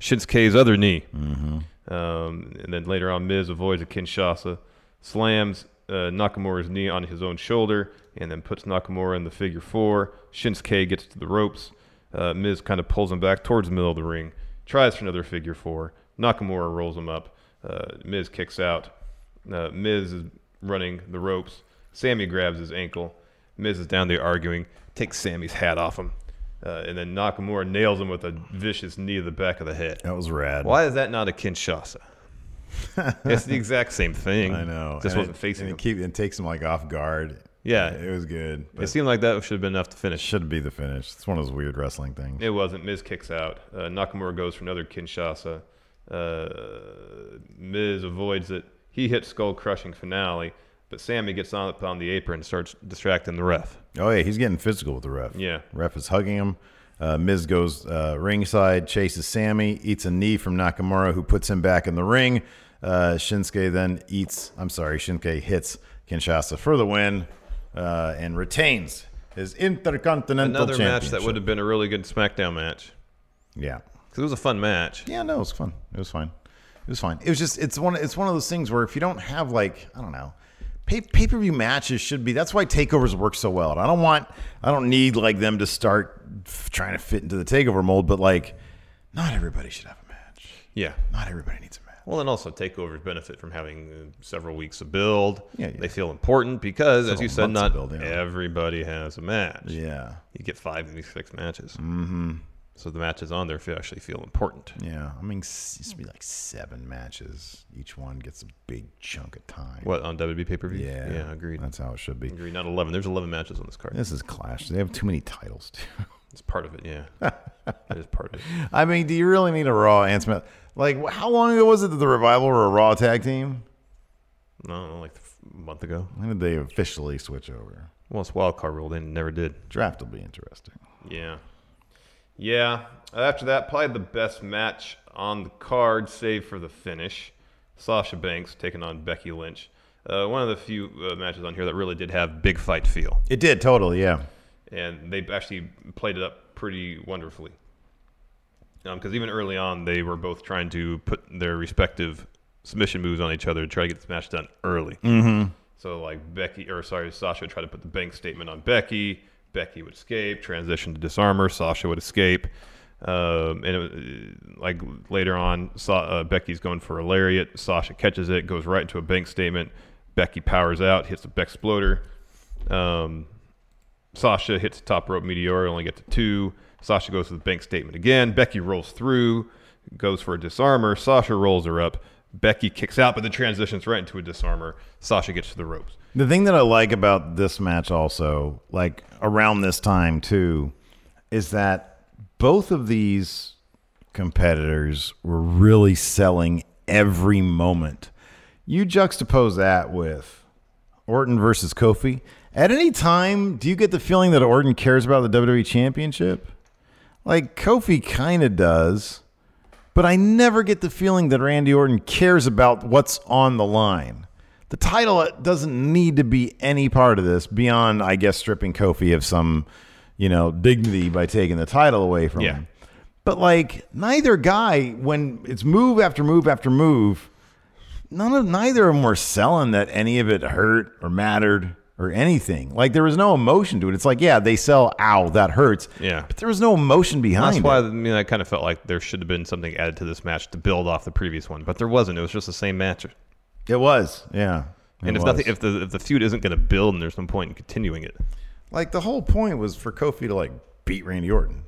S5: Shinsuke's other knee. Mm-hmm. Um, and then later on, Miz avoids a Kinshasa, slams uh, Nakamura's knee on his own shoulder, and then puts Nakamura in the figure four. Shinsuke gets to the ropes. Uh, Miz kind of pulls him back towards the middle of the ring, tries for another figure four. Nakamura rolls him up. Uh, Miz kicks out. Uh, Miz is running the ropes. Sammy grabs his ankle. Miz is down there arguing, takes Sammy's hat off him, uh, and then Nakamura nails him with a vicious knee to the back of the head.
S4: That was rad.
S5: Why is that not a Kinshasa? it's the exact same thing.
S4: I know.
S5: Just
S4: And it,
S5: wasn't facing
S4: and
S5: him.
S4: it, keep, it takes him like off guard.
S5: Yeah.
S4: it was good. But
S5: It
S4: it
S5: seemed like that should have been enough to finish.
S4: should be the finish. It's one of those weird wrestling things.
S5: It wasn't. Miz kicks out. Uh, Nakamura goes for another Kinshasa. Uh, Miz avoids it. He hits skull crushing finale. But Sammy gets on up on the apron and starts distracting the ref.
S4: Oh yeah, he's getting physical with the ref.
S5: Yeah.
S4: ref is hugging him. Uh, Miz goes uh, ringside, chases Sammy, eats a knee from Nakamura, who puts him back in the ring. Uh, Shinsuke then eats. I'm sorry, Shinsuke hits Kinshasa for the win uh, and retains his Intercontinental
S5: Another match that
S4: Championship.
S5: would have been a really good SmackDown match.
S4: Yeah.
S5: Because it was a fun match.
S4: Yeah, no, it was fun. It was fine. It was fine. It was just it's one it's one of those things where if you don't have like I don't know pay pay per view matches should be that's why takeovers work so well. And I don't want I don't need like them to start f- trying to fit into the takeover mold, but like not everybody should have a match.
S5: Yeah.
S4: Not everybody needs a match.
S5: Well, and also takeovers benefit from having uh, several weeks of build.
S4: Yeah, yeah.
S5: They feel important because, as
S4: Several
S5: you said,
S4: months of
S5: not
S4: build, yeah.
S5: everybody has a match.
S4: Yeah.
S5: You get five, maybe six matches. Mm-hmm. So the matches on there feel, actually feel important.
S4: Yeah, I mean s- it used to be like seven matches. Each one gets a big chunk of time.
S5: What on WWE pay per view?
S4: Yeah.
S5: yeah, agreed.
S4: That's how it should be.
S5: Agreed. Not eleven. There's eleven matches on this card.
S4: This is Clash. They have too many titles too.
S5: It's part of it. Yeah, that is part of it.
S4: I mean, do you really need a Raw and Smack? Like, wh- how long ago was it that the Revival were a Raw tag team?
S5: No, no, like a month ago.
S4: When did they officially switch over?
S5: Well, it's wild card rule. They never did.
S4: Draft will be interesting.
S5: Yeah, yeah. After that, probably the best match on the card, save for the finish. Sasha Banks taking on Becky Lynch. Uh, one of the few uh, matches on here that really did have big fight feel,
S4: It did totally, yeah.
S5: and they actually played it up pretty wonderfully. Because even early on, they were both trying to put their respective submission moves on each other to try to get this match done early.
S4: Mhm.
S5: So like Becky, or sorry, Sasha would try to put the bank statement on Becky. Becky would escape, transition to disarmer. Sasha would escape, um, and it, uh, like later on, Sa- uh, Becky's going for a lariat. Sasha catches it, goes right to a bank statement. Becky powers out, hits the Beck exploder. Um, Sasha hits the top rope meteor, only get to two. Sasha goes to the bank statement again. Becky rolls through, goes for a disarmer. Sasha rolls her up. Becky kicks out, but the transitions right into a disarmer. Sasha gets to the ropes.
S4: The thing that I like about this match, also, like around this time too, is that both of these competitors were really selling every moment. You juxtapose that with Orton versus Kofi. At any time, do you get the feeling that Orton cares about the WWE Championship? Like Kofi kind of does, but I never get the feeling that Randy Orton cares about what's on the line. The title uh, doesn't need to be any part of this beyond, I guess, stripping Kofi of some, you know, dignity by taking the title away from him. But like neither guy, when it's move after move after move, none of neither of them were selling that any of it hurt or mattered or anything. Like there was no emotion to it. It's like, yeah, they sell, ow, that hurts.
S5: Yeah.
S4: But there was no emotion
S5: And
S4: behind it.
S5: that's why I mean I kind of felt like there should have been something added to this match to build off the previous one, but there wasn't. It was just the same match.
S4: It was, yeah.
S5: And
S4: It
S5: if
S4: was.
S5: nothing, if the if the feud isn't going to build, and there's no point in continuing it.
S4: Like the whole point was for Kofi to like beat Randy Orton,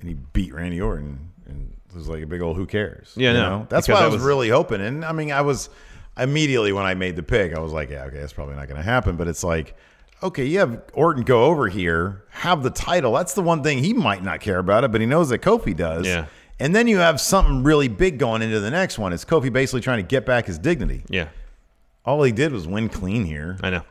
S4: and he beat Randy Orton, and it was like a big old who cares.
S5: Yeah,
S4: you
S5: no,
S4: know? that's
S5: because
S4: why I
S5: that
S4: was,
S5: was-
S4: really hoping. And I mean, I was immediately when I made the pick, I was like, yeah, okay, that's probably not going to happen. But it's like, okay, you have Orton go over here, have the title. That's the one thing he might not care about it, but he knows that Kofi does.
S5: Yeah.
S4: And then you have something really big going into the next one. It's Kofi basically trying to get back his dignity.
S5: Yeah,
S4: All he did was win clean here.
S5: I know.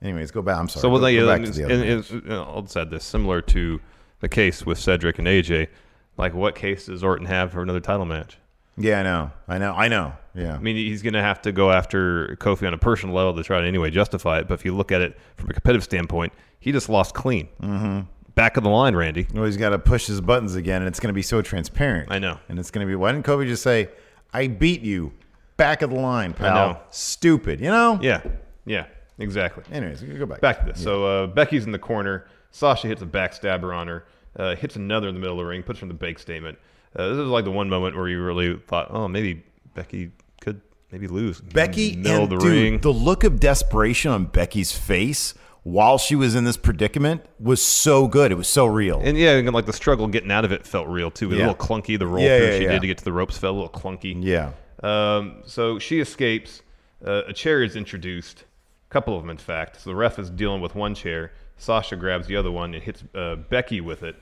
S4: Anyways, go back. I'm sorry.
S5: So well,
S4: go,
S5: like,
S4: go back
S5: and,
S4: to the
S5: and,
S4: other.
S5: and, you know, I'll just add this similar to the case with Cedric and AJ. Like, what case does Orton have for another title match?
S4: Yeah, I know. I know. I know. Yeah.
S5: I mean, he's going to have to go after Kofi on a personal level to try to anyway justify it. But if you look at it from a competitive standpoint, he just lost clean.
S4: Mhm.
S5: Back of the line, Randy.
S4: Well, he's got to push his buttons again, and it's going to be so transparent. I
S5: know.
S4: And it's going to be why didn't Kobe just say, "I beat you"? Back of the line, pal.
S5: know.
S4: Stupid. You know.
S5: Yeah. Yeah. Exactly.
S4: Anyways, we can go back.
S5: Back to this. So uh, Becky's in the corner. Sasha hits a backstabber on her. Uh, hits another in the middle of the ring. Puts her in the bank statement. Uh, this is like the one moment where you really thought, oh, maybe Becky could maybe lose.
S4: Becky and
S5: middle of the
S4: dude,
S5: ring.
S4: the look of desperation on Becky's face while she was in this predicament was so good. It was so real.
S5: And yeah, and like the struggle getting out of it felt real too. It was
S4: Yeah.
S5: a little clunky. The roll
S4: Yeah,
S5: through
S4: yeah,
S5: she
S4: yeah.
S5: did to get to the ropes felt a little clunky.
S4: Yeah.
S5: Um, so she escapes. Uh, a chair is introduced, a couple of them in fact. So the ref is dealing with one chair. Sasha grabs the other one and hits uh, Becky with it.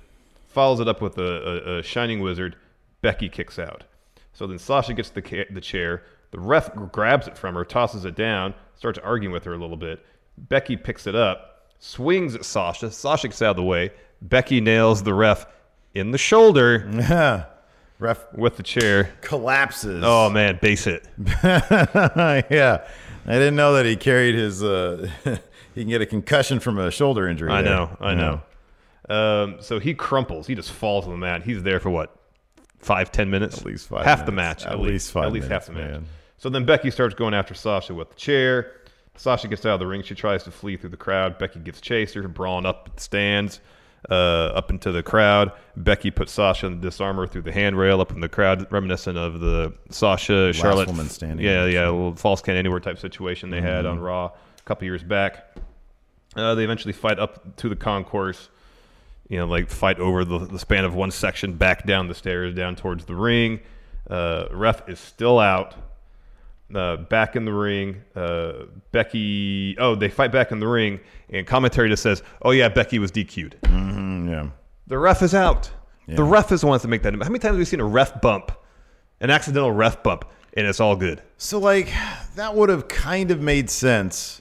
S5: Follows it up with a, a, a shining wizard. Becky kicks out. So then Sasha gets the ca- the chair. The ref grabs it from her, tosses it down, starts arguing with her a little bit. Becky picks it up, swings at Sasha. Sasha gets out of the way. Becky nails the ref in the shoulder.
S4: Yeah. Ref
S5: with the chair.
S4: Collapses.
S5: Oh, man, base it.
S4: yeah. I didn't know that he carried his. Uh, he can get a concussion from a shoulder injury.
S5: I
S4: there.
S5: know, I
S4: Yeah.
S5: know. Um, so he crumples. He just falls on the mat. He's there for what, five, ten minutes? At least
S4: five
S5: Half the
S4: minutes.
S5: match.
S4: At
S5: At,
S4: least five
S5: At least half the
S4: minutes,
S5: match.
S4: man.
S5: So then Becky starts going after Sasha with the chair. Sasha gets out of the ring. She tries to flee through the crowd. Becky gets chased. They're brawling up at the stands, uh, up into the crowd. Becky puts Sasha in the disarmor through the handrail up in the crowd, reminiscent of the Sasha Charlotte
S4: woman standing.
S5: Yeah, yeah, a little false count anywhere type situation they had
S4: Mhm.
S5: on Raw a couple years back. Uh, they eventually fight up to the concourse, you know, like fight over the, the span of one section back down the stairs, down towards the ring. Uh, ref is still out. Uh, back in the ring, uh, Becky. Oh, they fight back in the ring, and commentary just says, "Oh yeah, Becky was DQ'd."
S4: Mm-hmm, yeah.
S5: The ref is out.
S4: Yeah.
S5: The ref is the one to make that. How many times have we seen a ref bump, an accidental ref bump, and it's all good?
S4: So like that would have kind of made sense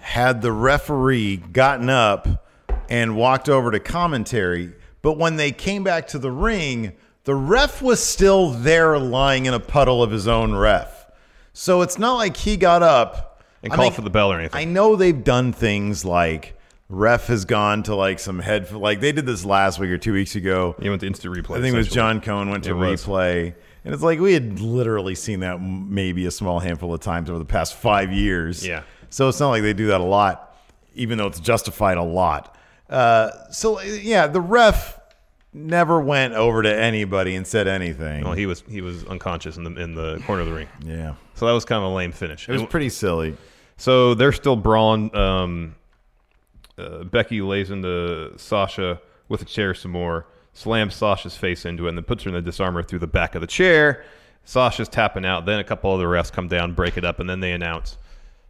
S4: had the referee gotten up and walked over to commentary, but when they came back to the ring, the ref was still there lying in a puddle of his own ref. So it's not like he got up
S5: And called for the bell or anything.
S4: I know they've done things like ref has gone to like some head like they did this last week or two weeks ago.
S5: You went to instant replay.
S4: I think it was
S5: essentially.
S4: John Cohen went to
S5: It was.
S4: replay. And it's like we had literally seen that m- maybe a small handful of times over the past five years.
S5: Yeah.
S4: So it's not like they do that a lot, even though it's justified a lot. Uh, so uh, yeah, the ref never went over to anybody and said anything.
S5: Well, he was he was unconscious in the in the corner of the ring.
S4: Yeah.
S5: So that was kind of a lame finish.
S4: It was pretty silly.
S5: So they're still brawling. Um, uh, Becky lays into Sasha with a chair some more, slams Sasha's face into it, and then puts her in the disarmor through the back of the chair. Sasha's tapping out. Then a couple other refs come down, break it up, and then they announce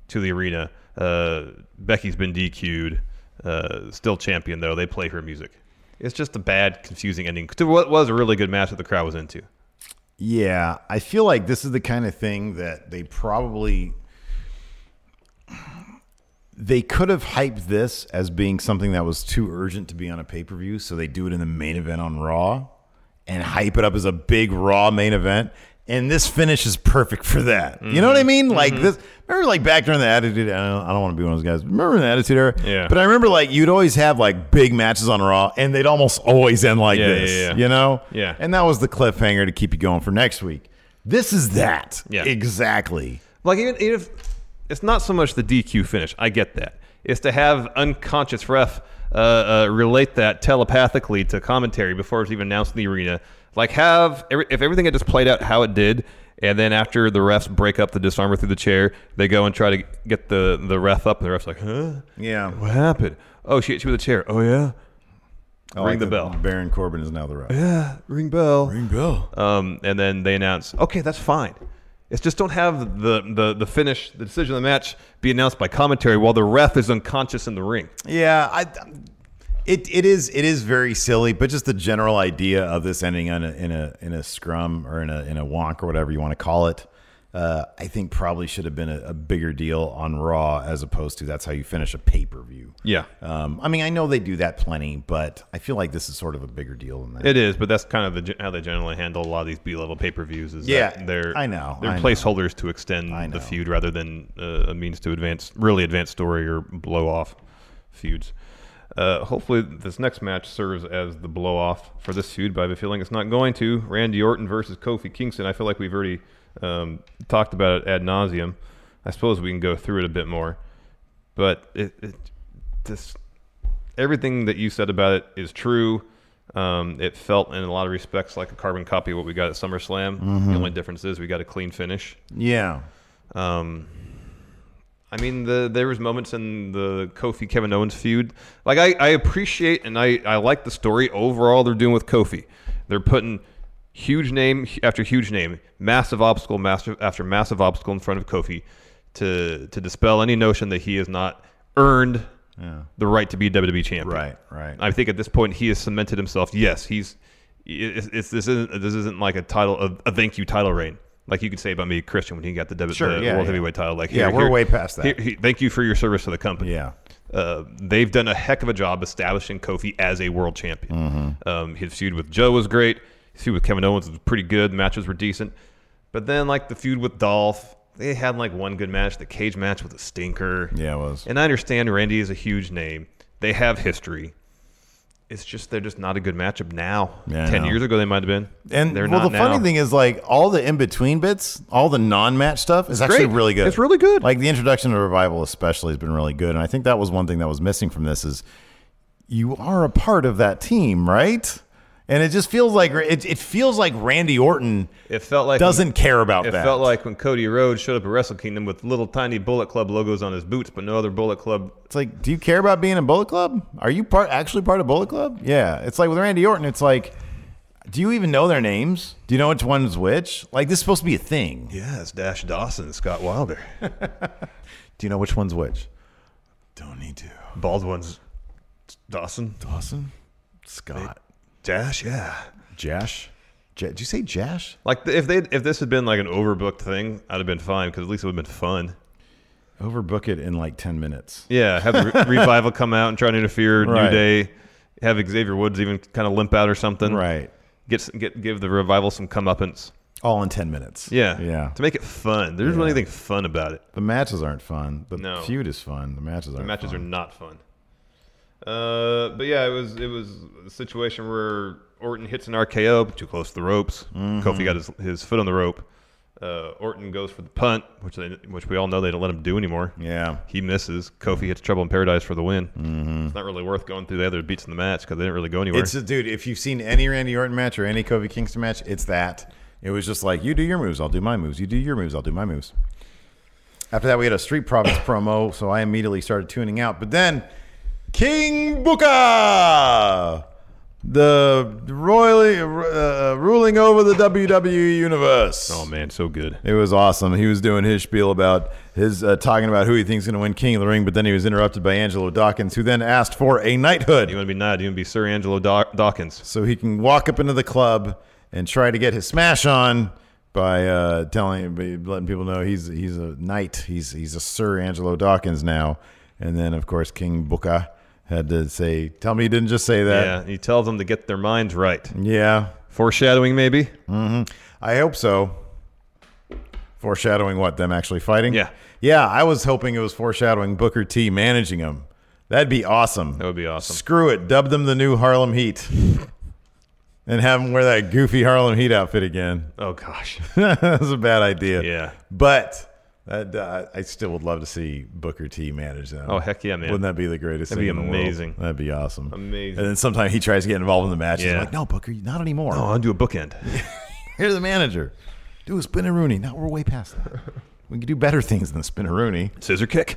S5: to the arena uh, Becky's been DQ'd. Uh, still champion though. They play her music. It's just a bad, confusing ending to what was a really good match that the crowd was into.
S4: Yeah, I feel like this is the kind of thing that they probably they could have hyped this as being something that was too urgent to be on a pay-per-view, so they do it in the main event on Raw and hype it up as a big Raw main event. And this finish is perfect for that. You know
S5: Mm-hmm.
S4: what I mean? Like this. Remember, like back during the Attitude. I don't, I don't want to be one of those guys. Remember in the Attitude Era?
S5: Yeah.
S4: But I remember like you'd always have like big matches on Raw, and they'd almost always end like
S5: Yeah, yeah,
S4: this.
S5: yeah.
S4: You know?
S5: Yeah.
S4: And that was the cliffhanger to keep you going for next week. This is that.
S5: Yeah.
S4: Exactly.
S5: Like even, even if it's not so much the DQ finish, I get that. It's to have unconscious ref uh, uh, relate that telepathically to commentary before it's even announced in the arena. Like have every, if everything had just played out how it did, and then after the refs break up the disarmer through the chair, they go and try to get the the ref up, and the ref's like, "Huh?
S4: Yeah.
S5: What happened? Oh, she hit you with a chair. Oh yeah.
S4: Oh, I
S5: Ring
S4: like
S5: the
S4: that
S5: bell.
S4: Baron Corbin is now the ref.
S5: Yeah, ring bell.
S4: Ring bell.
S5: Um, and then they announce, okay, that's fine. It's just don't have the, the, the finish, the decision of the match be announced by commentary while the ref is unconscious in the ring.
S4: Yeah, I. It, it is it is very silly, but just the general idea of this ending in a in a in a scrum or in a in a wonk or whatever you want to call it, uh, I think probably should have been a, a bigger deal on Raw as opposed to that's how you finish a pay per view.
S5: Yeah.
S4: Um, I mean, I know they do that plenty, but I feel like this is sort of a bigger deal than that.
S5: It is, but that's kind of the, gen- how they generally handle a lot of these B level pay per views. Is
S4: Yeah,
S5: that they're
S4: I know,
S5: they're
S4: I know.
S5: placeholders to extend the feud rather than uh, a means to advance really advance story or blow off feuds. Uh, hopefully, this next match serves as the blow off for this feud. But I have a feeling it's not going to. Randy Orton versus Kofi Kingston. I feel like we've already um, talked about it ad nauseum. I suppose we can go through it a bit more, but it, it this everything that you said about it is true. Um, it felt in a lot of respects like a carbon copy of what we got at SummerSlam.
S4: Mhm.
S5: The only difference is we got a clean finish.
S4: Yeah.
S5: Um, I mean, the there was moments in the Kofi Kevin Owens feud. Like I, I appreciate and I, I like the story overall they're doing with Kofi. They're putting huge name after huge name, massive obstacle, massive after massive obstacle in front of Kofi to to dispel any notion that he has not earned
S4: Yeah.
S5: the right to be WWE champion.
S4: Right, right.
S5: I think at this point he has cemented himself. Yes, he's. It's, it's this isn't this isn't like a title a, a thank you title reign Like you could say about me, Christian, when he got the, w,
S4: Sure,
S5: the
S4: yeah,
S5: world
S4: yeah.
S5: heavyweight title. Like,
S4: Yeah,
S5: here-
S4: we're
S5: here-
S4: way past that.
S5: here- he- thank you for your service to the company.
S4: Yeah.
S5: Uh, they've done a heck of a job establishing Kofi as a world champion. Um, his feud with Joe was great. His feud with Kevin Owens was pretty good. Matches were decent. But then, like, the feud with Dolph, they had, like, one good match. The cage match was a stinker.
S4: Yeah, it was.
S5: And I understand Randy is a huge name. They have history. It's just they're just not a good matchup now.
S4: Yeah, I
S5: Ten
S4: know.
S5: years ago they might have been.
S4: And
S5: they're
S4: well,
S5: not
S4: the funny
S5: now.
S4: thing is, like all the in between bits, all the non match stuff is
S5: It's
S4: actually
S5: great.
S4: really good.
S5: It's really
S4: good. Like the introduction to revival, especially, has been really good. And I think that was one thing that was missing from this is you are a part of that team, right? And it just feels like it, it feels like Randy Orton
S5: It felt like
S4: doesn't care about
S5: it
S4: that.
S5: felt like when Cody Rhodes showed up at Wrestle Kingdom with little tiny Bullet Club logos on his boots, but no other Bullet Club.
S4: It's like, do you care about being in Bullet Club? Are you part actually part of Bullet Club? Yeah. It's like with Randy Orton, it's like, do you even know their names? Do you know which one's which? Like this is supposed to be a thing.
S5: Yeah, it's Dash Dawson and Scott Wilder.
S4: Do you know which one's which?
S5: Bald ones, Dawson.
S4: Dawson, Scott,
S5: Dash. Yeah,
S4: Jash. J- did you say Jash?
S5: Like if they if this had been like an overbooked thing, I'd have been fine because at least it would have been fun.
S4: Overbook it in like ten minutes.
S5: Yeah, have the re- revival come out and try to interfere.
S4: Right.
S5: New Day, have Xavier Woods even kind of limp out or something.
S4: Right.
S5: Get, s- get give the revival some comeuppance.
S4: All in ten minutes.
S5: Yeah,
S4: Yeah.
S5: To make it fun, there's
S4: Yeah.
S5: really anything fun about it.
S4: The matches aren't fun. The
S5: No.
S4: feud is fun. The matches
S5: The
S4: aren't.
S5: matches
S4: fun.
S5: are not fun. Uh, but yeah, it was it was a situation where Orton hits an RKO too close to the ropes.
S4: Mhm.
S5: Kofi got his, his foot on the rope. Uh, Orton goes for the punt, which they which we all know they don't let him do anymore.
S4: Yeah, Mm-hmm.
S5: he misses. Kofi hits Trouble in Paradise for the win. It's not really worth going through the other beats in the match because they didn't really go anywhere.
S4: It's a, dude. If you've seen any Randy Orton match or any Kofi Kingston match, it's that. It was just like you do your moves, I'll do my moves. You do your moves, I'll do my moves. After that, we had a Street Profits promo, so I immediately started tuning out. But then, King Booker, the royally uh, ruling over the WWE universe.
S5: oh man, so good.
S4: It was awesome. He was doing his spiel about his uh, talking about who he thinks is going to win King of the Ring, but then he was interrupted by Angelo Dawkins, who then asked for a knighthood.
S5: You want to be not? You want to be Sir Angelo Daw- Dawkins?
S4: So he can walk up into the club and try to get his smash on by uh, telling, by letting people know he's he's a knight. He's he's a Sir Angelo Dawkins now. And then of course King Booker had to say, "Tell me you didn't just say that."
S5: Yeah, he tells them to get their minds right.
S4: Yeah.
S5: Foreshadowing, maybe?
S4: hmm I hope so. Foreshadowing what? Them actually fighting?
S5: Yeah.
S4: Yeah, I was hoping it was foreshadowing Booker T managing them. That'd be awesome. That
S5: would be awesome.
S4: Screw it. Dub them the new Harlem Heat. and have them wear that goofy Harlem Heat outfit again.
S5: Oh gosh.
S4: that was a bad idea.
S5: Yeah.
S4: But that, uh, I still would love to see Booker T manage them.
S5: Oh, heck yeah, man.
S4: Wouldn't that be the greatest
S5: That'd
S4: thing
S5: be
S4: in the world?
S5: amazing.
S4: That'd be awesome.
S5: Amazing.
S4: And then sometimes he tries to get involved in the matches.
S5: Yeah.
S4: I'm like, no, Booker, not anymore.
S5: Oh, I'll do a bookend.
S4: Here's the manager. Do a spin Rooney. Now we're way past that. We can do better things than spin Rooney.
S5: Scissor kick.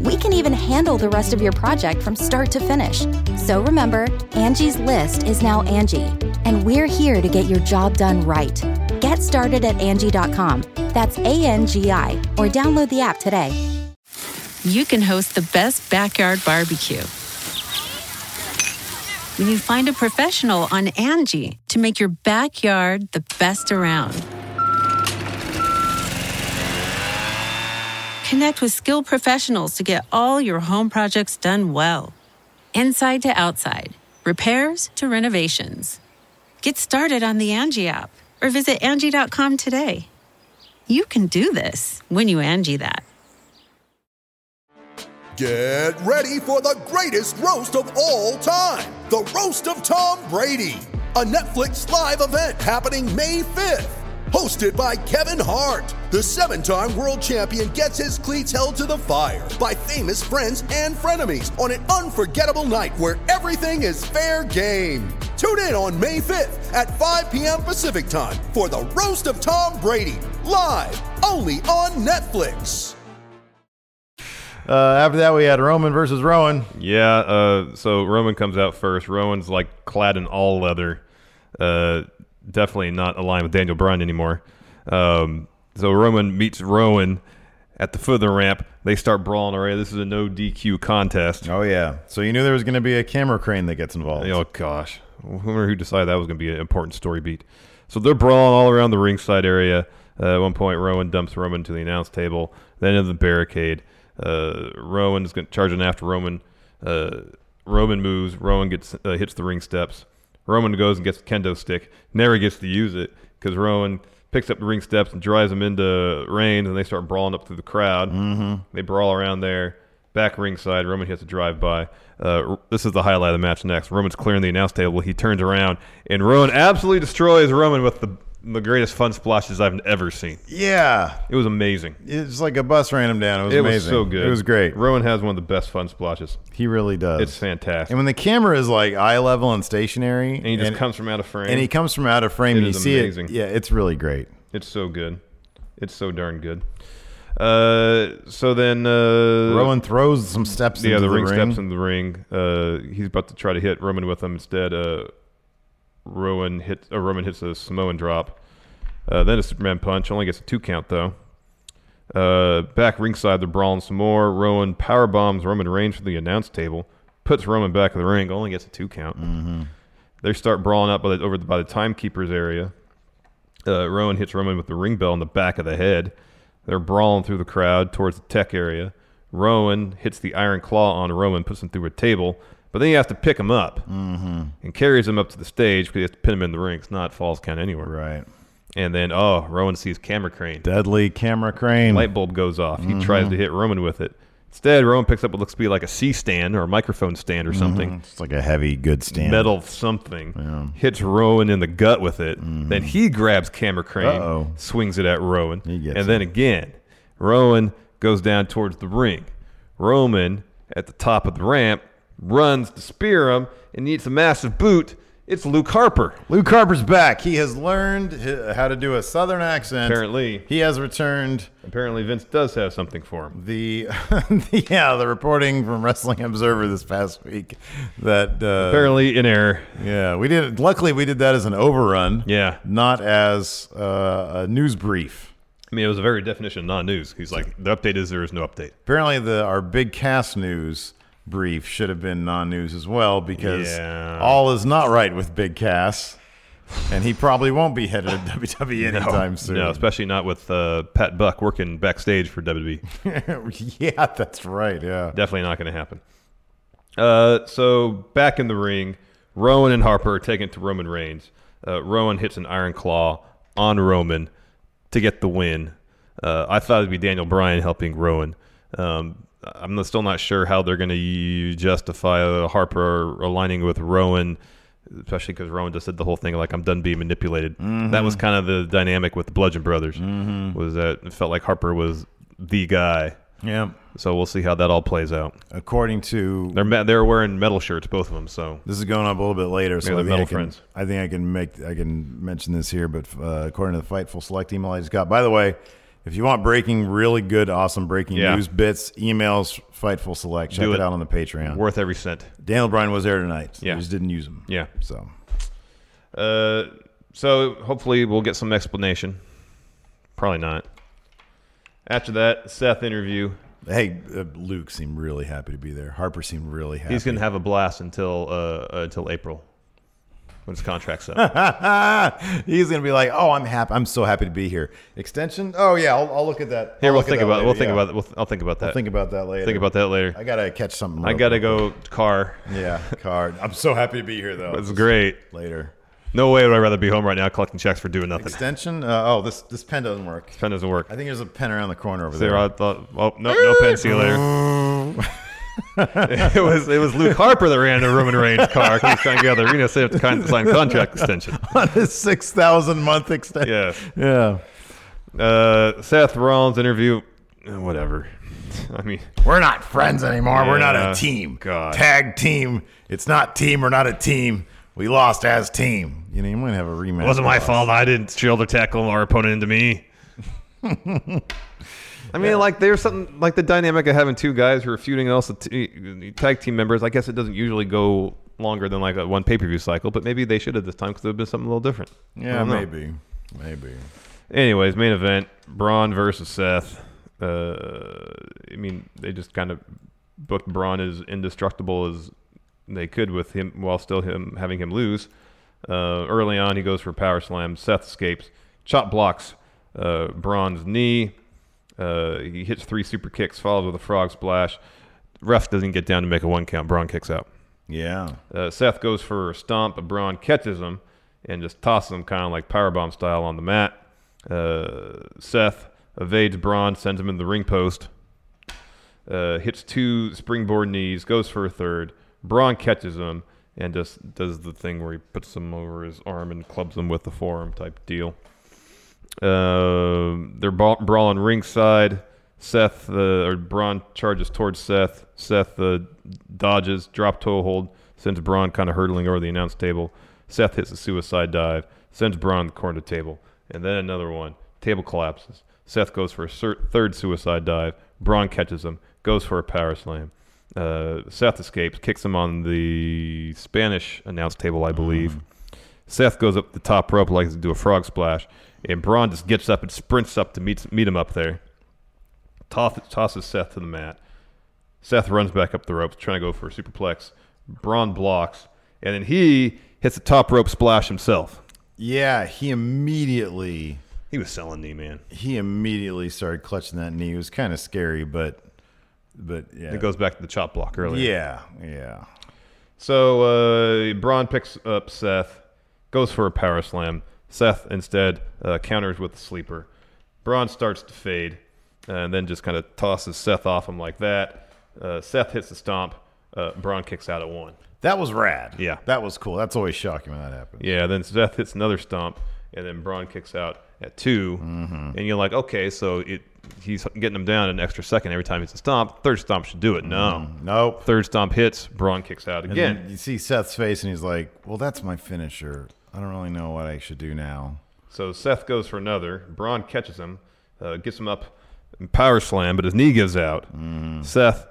S9: We can even handle the rest of your project from start to finish. So remember, Angie's List is now Angie, and we're here to get your job done right. Get started at Angie.com. That's A N G I, or download the app today.
S12: you can host the best backyard barbecue. When you find a professional on Angie to make your backyard the best around. Connect with skilled professionals to get all your home projects done well. Inside to outside, repairs to renovations. Get started on the Angie app or visit Angie.com today. You can do this when you Angie that.
S13: Get ready for the greatest roast of all time the Roast of Tom Brady, a Netflix live event happening May 5th. Hosted by Kevin Hart, the seven time world champion gets his cleats held to the fire by famous friends and frenemies on an unforgettable night where everything is fair game. Tune in on May 5th at 5 p.m. Pacific time for the Roast of Tom Brady, live only on Netflix.
S4: Uh, after that, we had Roman versus Rowan.
S5: Yeah, uh, so Roman comes out first. Rowan's like clad in all leather. Uh, definitely not aligned with Daniel Bryan anymore. Um, so Roman meets Rowan at the foot of the ramp. They start brawling already. This is a no DQ contest.
S4: Oh yeah. So you knew there was going to be a camera crane that gets involved.
S5: Oh gosh, I wonder who decided that was going to be an important story beat. So they're brawling all around the ringside area. Uh, at one point, Rowan dumps Roman to the announce table. Then into the barricade. Uh, Rowan is going charging after Roman. Uh, Roman moves. Rowan gets uh, hits the ring steps. Roman goes and gets the kendo stick. Never gets to use it because Rowan picks up the ring steps and drives him into Reigns, and they start brawling up through the crowd.
S4: Mhm.
S5: They brawl around there. Back ringside, Roman hits a drive by. Uh, R- this is the highlight of the match next. Roman's clearing the announce table. He turns around, and Rowan absolutely destroys Roman with the, the greatest fun splashes I've ever seen.
S4: Yeah.
S5: It was amazing.
S4: It's like a bus ran him down. It was
S5: It was
S4: amazing.
S5: so good.
S4: It was great.
S5: Rowan has one of the best fun splashes.
S4: He really does.
S5: It's fantastic.
S4: And when the camera is like eye level and stationary,
S5: And he just comes from out of frame.
S4: and he comes from out of frame,
S5: It
S4: and you
S5: is
S4: see
S5: amazing.
S4: it. Yeah, it's really great.
S5: It's so good. It's so darn good. Uh, so then uh,
S4: Rowan throws some steps
S5: Yeah,
S4: into
S5: the
S4: the
S5: ring
S4: ring.
S5: steps into the ring. Uh, he's about to try to hit Roman with them instead. Uh, Rowan hit. Uh, Roman hits a Samoan drop. Uh, then a Superman punch. Only gets a two count though. Uh, back ringside, they're brawling some more. Rowan power bombs Roman Reigns for the announce table. Puts Roman back in the ring. Only gets a two count. They start brawling up by the, over the, by the timekeepers area. Uh, Rowan hits Roman with the ring bell in the back of the head. They're brawling through the crowd towards the tech area. Rowan hits the iron claw on Roman, puts him through a table, but then he has to pick him up
S4: Mhm.
S5: and carries him up to the stage because he has to pin him in the ring. It's not falls count anywhere.
S4: Right.
S5: And then, oh, Rowan sees camera crane.
S4: Deadly camera crane.
S5: Light bulb goes off. He
S4: Mhm.
S5: tries to hit Roman with it. Instead, Rowan picks up what looks to be like a C stand or a microphone stand or something
S4: Mhm. It's like a heavy, good stand.
S5: metal something hits Rowan in the gut with it. Then he grabs camera crane,
S4: Mm-hmm. Uh-oh.
S5: swings it at Rowan,
S4: gets
S5: and then again, Rowan goes down towards the ring. Roman at the top of the ramp runs to spear him and needs a massive boot. It's Luke Harper.
S4: Luke Harper's back. He has learned hi- how to do a southern accent.
S5: Apparently,
S4: he has returned.
S5: Apparently, Vince does have something for him.
S4: The yeah, the reporting from Wrestling Observer this past week that uh,
S5: Apparently in error.
S4: Yeah, we did. Luckily, we did that as an overrun.
S5: Yeah.
S4: not as uh, a news brief.
S5: I mean, it was a very definition of non-news. He's like, the update is there is no update.
S4: Apparently, the our big cast news brief should have been non-news as well because
S5: Yeah.
S4: all is not right with big Cass, and he probably won't be headed to WWE
S5: No.
S4: anytime soon.
S5: No, especially not with uh, Pat Buck working backstage for E. WWE.
S4: yeah, that's right. Yeah.
S5: Definitely not going to happen. Uh, so back in the ring, Rowan and Harper are taken to Roman Reigns. Uh, Rowan hits an iron claw on Roman to get the win. Uh, I thought it'd be Daniel Bryan helping Rowan. Um, I'm not- still not sure how they're going to justify uh, Harper aligning with Rowan, especially because Rowan just said the whole thing like "I'm done being manipulated."
S4: Mhm.
S5: That was kind of the dynamic with the Bludgeon Brothers. Was that it felt like Harper was the guy?
S4: Yeah.
S5: So we'll see how that all plays out.
S4: According to
S5: they're me- they're wearing metal shirts, both of them. So
S4: This is going up a little bit later, so
S5: Yeah,
S4: I
S5: they're
S4: think,
S5: metal
S4: I can,
S5: friends.
S4: I think I can make I can mention this here. But uh, according to the Fightful Select email I just got, by the way, if you want breaking, really good, awesome breaking
S5: Yeah.
S4: news bits, emails, Fightful Select, check
S5: Do
S4: it.
S5: it.
S4: out on the Patreon.
S5: Worth every cent.
S4: Daniel Bryan was there tonight.
S5: Yeah.
S4: They just didn't use him.
S5: Yeah.
S4: So.
S5: Uh, so hopefully we'll get some explanation. Probably not. After that, Seth interview.
S4: Hey, uh, Luke seemed really happy to be there. Harper seemed really happy.
S5: He's gonna have a blast until uh, uh until April when his contract's up.
S4: He's gonna be like, "Oh, I'm happy. I'm so happy to be here." Extension? Oh yeah, I'll, I'll look at that.
S5: Here
S4: I'll
S5: we'll
S4: look at
S5: think
S4: that
S5: about
S4: later,
S5: we'll think
S4: yeah.
S5: about that. We'll, I'll think about that.
S4: I'll think about that later.
S5: Think about that later.
S4: I gotta catch something.
S5: I
S4: real
S5: gotta go car.
S4: Yeah, card. I'm so happy to be here though.
S5: That's great.
S4: Later.
S5: No way would I rather be home right now collecting checks for doing nothing.
S4: Extension? Uh, oh, this this pen doesn't work.
S5: Pen doesn't work.
S4: I think there's a pen around the corner over
S5: There,
S4: there.
S5: I thought. Oh no, no pen. See you later. it was it was Luke Harper that ran into Roman Reigns' car. He was trying to get out of the arena, so he had to kind sign contract extension.
S4: On his six thousand month extension.
S5: Yeah.
S4: Yeah.
S5: Uh, Seth Rollins interview. uh, Whatever. I mean,
S4: We're not friends anymore. We're not
S5: Yeah,
S4: a team.
S5: God.
S4: Tag team. It's not team. We're not a team. We lost as team. You know, you might have a rematch.
S5: it wasn't my
S4: clause.
S5: fault. I didn't shoulder tackle our opponent into me. I mean, like there's something like the dynamic of having two guys who are feuding, and also t- tag team members. I guess it doesn't usually go longer than like a one pay per view cycle, but maybe they should have this time because it would have been something a little different. I
S4: Yeah,
S5: don't know.
S4: maybe. Maybe.
S5: Anyways, main event: Braun versus Seth. Uh, I mean, they just kind of booked Braun as indestructible as they could with him, while still him having him lose. Uh, early on, he goes for a power slam. Seth escapes, chop blocks uh, Braun's knee. Uh, he hits three super kicks, followed with a frog splash. Ref doesn't get down to make a one count. Braun kicks out.
S4: Yeah.
S5: Uh, Seth goes for a stomp, but Braun catches him and just tosses him kind of like powerbomb style on the mat. Uh, Seth evades Braun, sends him in the ring post, uh, hits two springboard knees, goes for a third. Braun catches him and just does the thing where he puts him over his arm and clubs him with the forearm type deal. Um they're bra- brawling ringside. Seth uh, or Braun charges towards Seth. Seth uh, dodges, drop toe hold, sends Braun kind of hurtling over the announce table. Seth hits a suicide dive, sends Braun to the corner table, and then another one. Table collapses. Seth goes for a cer- third suicide dive. Braun catches him, goes for a power slam. Uh, Seth escapes, kicks him on the Spanish announce table, I believe. Seth goes up the top rope like to do a frog splash, and Braun just gets up and sprints up to meet, meet him up there. Toss, tosses Seth to the mat. Seth runs back up the ropes, trying to go for a superplex. Braun blocks, and then he hits the top rope splash himself.
S4: Yeah, he immediately
S5: he was selling knee, man.
S4: He immediately started clutching that knee. It was kind of scary, but but yeah,
S5: It goes back to the chop block earlier.
S4: Yeah, yeah.
S5: So uh, Braun picks up Seth, goes for a power slam. Seth instead uh, counters with the sleeper. Braun starts to fade, uh, and then just kind of tosses Seth off him like that. Uh, Seth hits the stomp. Uh, Braun kicks out at one.
S4: That was rad.
S5: Yeah.
S4: that was cool. That's always shocking when that happens.
S5: Yeah, then Seth hits another stomp, and then Braun kicks out at 2
S4: Mm-hmm.
S5: And you're like, okay, so it, he's getting him down an extra second every time it's a stomp. Third stomp should do it. No.
S4: Nope.
S5: Third stomp hits, Braun kicks out
S4: Mm-hmm. And
S5: again.
S4: then you see Seth's face, and he's like, "Well, that's my finisher. I don't really know what I should do now."
S5: So Seth goes for another. Braun catches him, uh, gets him up, and power slam, but his knee gives out. Seth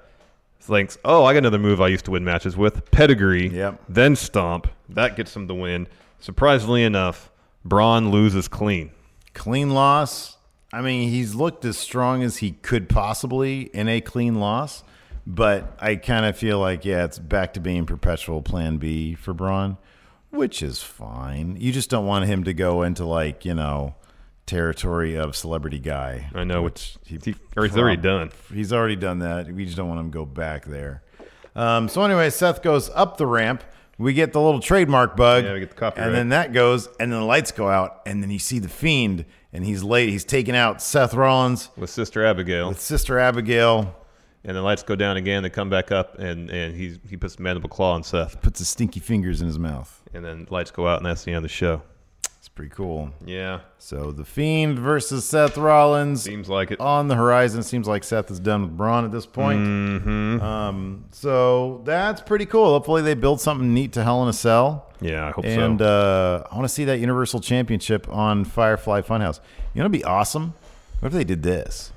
S5: thinks, "Oh, I got another move I used to win matches with: pedigree, then stomp. That gets him the win." Surprisingly enough, Braun loses clean.
S4: Clean loss. I mean, he's looked as strong as he could possibly in a clean loss, but I kind of feel like, yeah, it's back to being perpetual plan B for Braun, which is fine. You just don't want him to go into like, you know, territory of celebrity guy.
S5: I know, which he, or he's already done.
S4: He's already done that. We just don't want him to go back there. Um, so anyway, Seth goes up the ramp. We get the little trademark bug.
S5: Yeah, we get the copyright.
S4: And then that goes, and then the lights go out, and then you see the fiend, and he's late. He's taking out Seth Rollins
S5: with Sister Abigail. With
S4: Sister Abigail.
S5: And the lights go down again. They come back up, and and he he puts the mandible claw on Seth,
S4: puts his stinky fingers in his mouth.
S5: and then lights go out, and that's the end of the show.
S4: It's pretty cool.
S5: Yeah.
S4: So the fiend versus Seth Rollins
S5: seems like it
S4: on the horizon. Seems like Seth is done with Braun at this point.
S5: Mhm.
S4: Um, so that's pretty cool. Hopefully they build something neat to Hell in a Cell.
S5: Yeah, I hope so.
S4: and, uh, I want to see that Universal Championship on Firefly Funhouse. You know, it'd be awesome. What if they did this?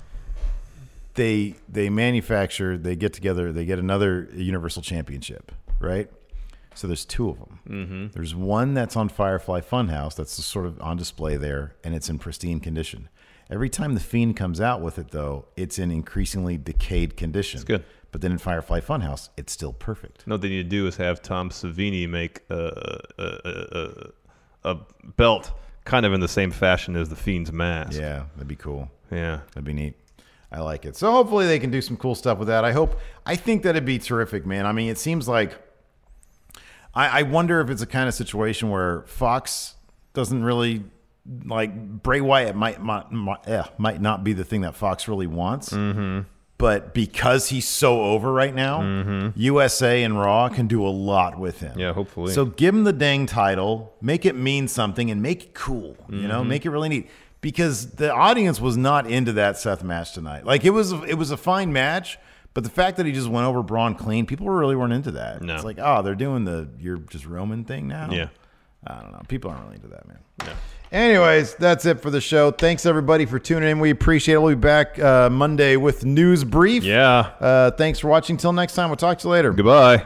S4: They they manufacture. They get together. They get another Universal Championship, right? So there's two of them.
S5: Mhm.
S4: There's one that's on Firefly Funhouse that's just sort of on display there, and it's in pristine condition. Every time the Fiend comes out with it, though, it's in increasingly decayed condition. It's good. But then in Firefly Funhouse, it's still perfect.
S5: No, what they need to do is have Tom Savini make a, a, a, a, a belt kind of in the same fashion as the Fiend's mask.
S4: Yeah, that'd be cool.
S5: Yeah,
S4: that'd be neat. I like it. So hopefully they can do some cool stuff with that. I hope. I think that'd be terrific, man. I mean, it seems like. I, I wonder if it's a kind of situation where Fox doesn't really like Bray Wyatt might might might, eh, might not be the thing that Fox really wants. Mm-hmm. But because he's so over right now, USA and Raw can do a lot with him.
S5: Mm-hmm. Yeah, hopefully.
S4: So give him the dang title, make it mean something, and make it cool. You know,
S5: Mhm.
S4: make it really neat because the audience was not into that Seth match tonight. Like it was, it was a fine match, but the fact that he just went over Braun clean, people really weren't into that.
S5: No.
S4: It's like, oh, they're doing the you're just Roman thing now.
S5: Yeah.
S4: I don't know. People aren't really into that, man.
S5: Yeah.
S4: Anyways, that's it for the show. Thanks everybody for tuning in. We appreciate it. We'll be back uh, Monday with news brief.
S5: Yeah.
S4: Uh, thanks for watching. Till next time, we'll talk to you later.
S5: Goodbye.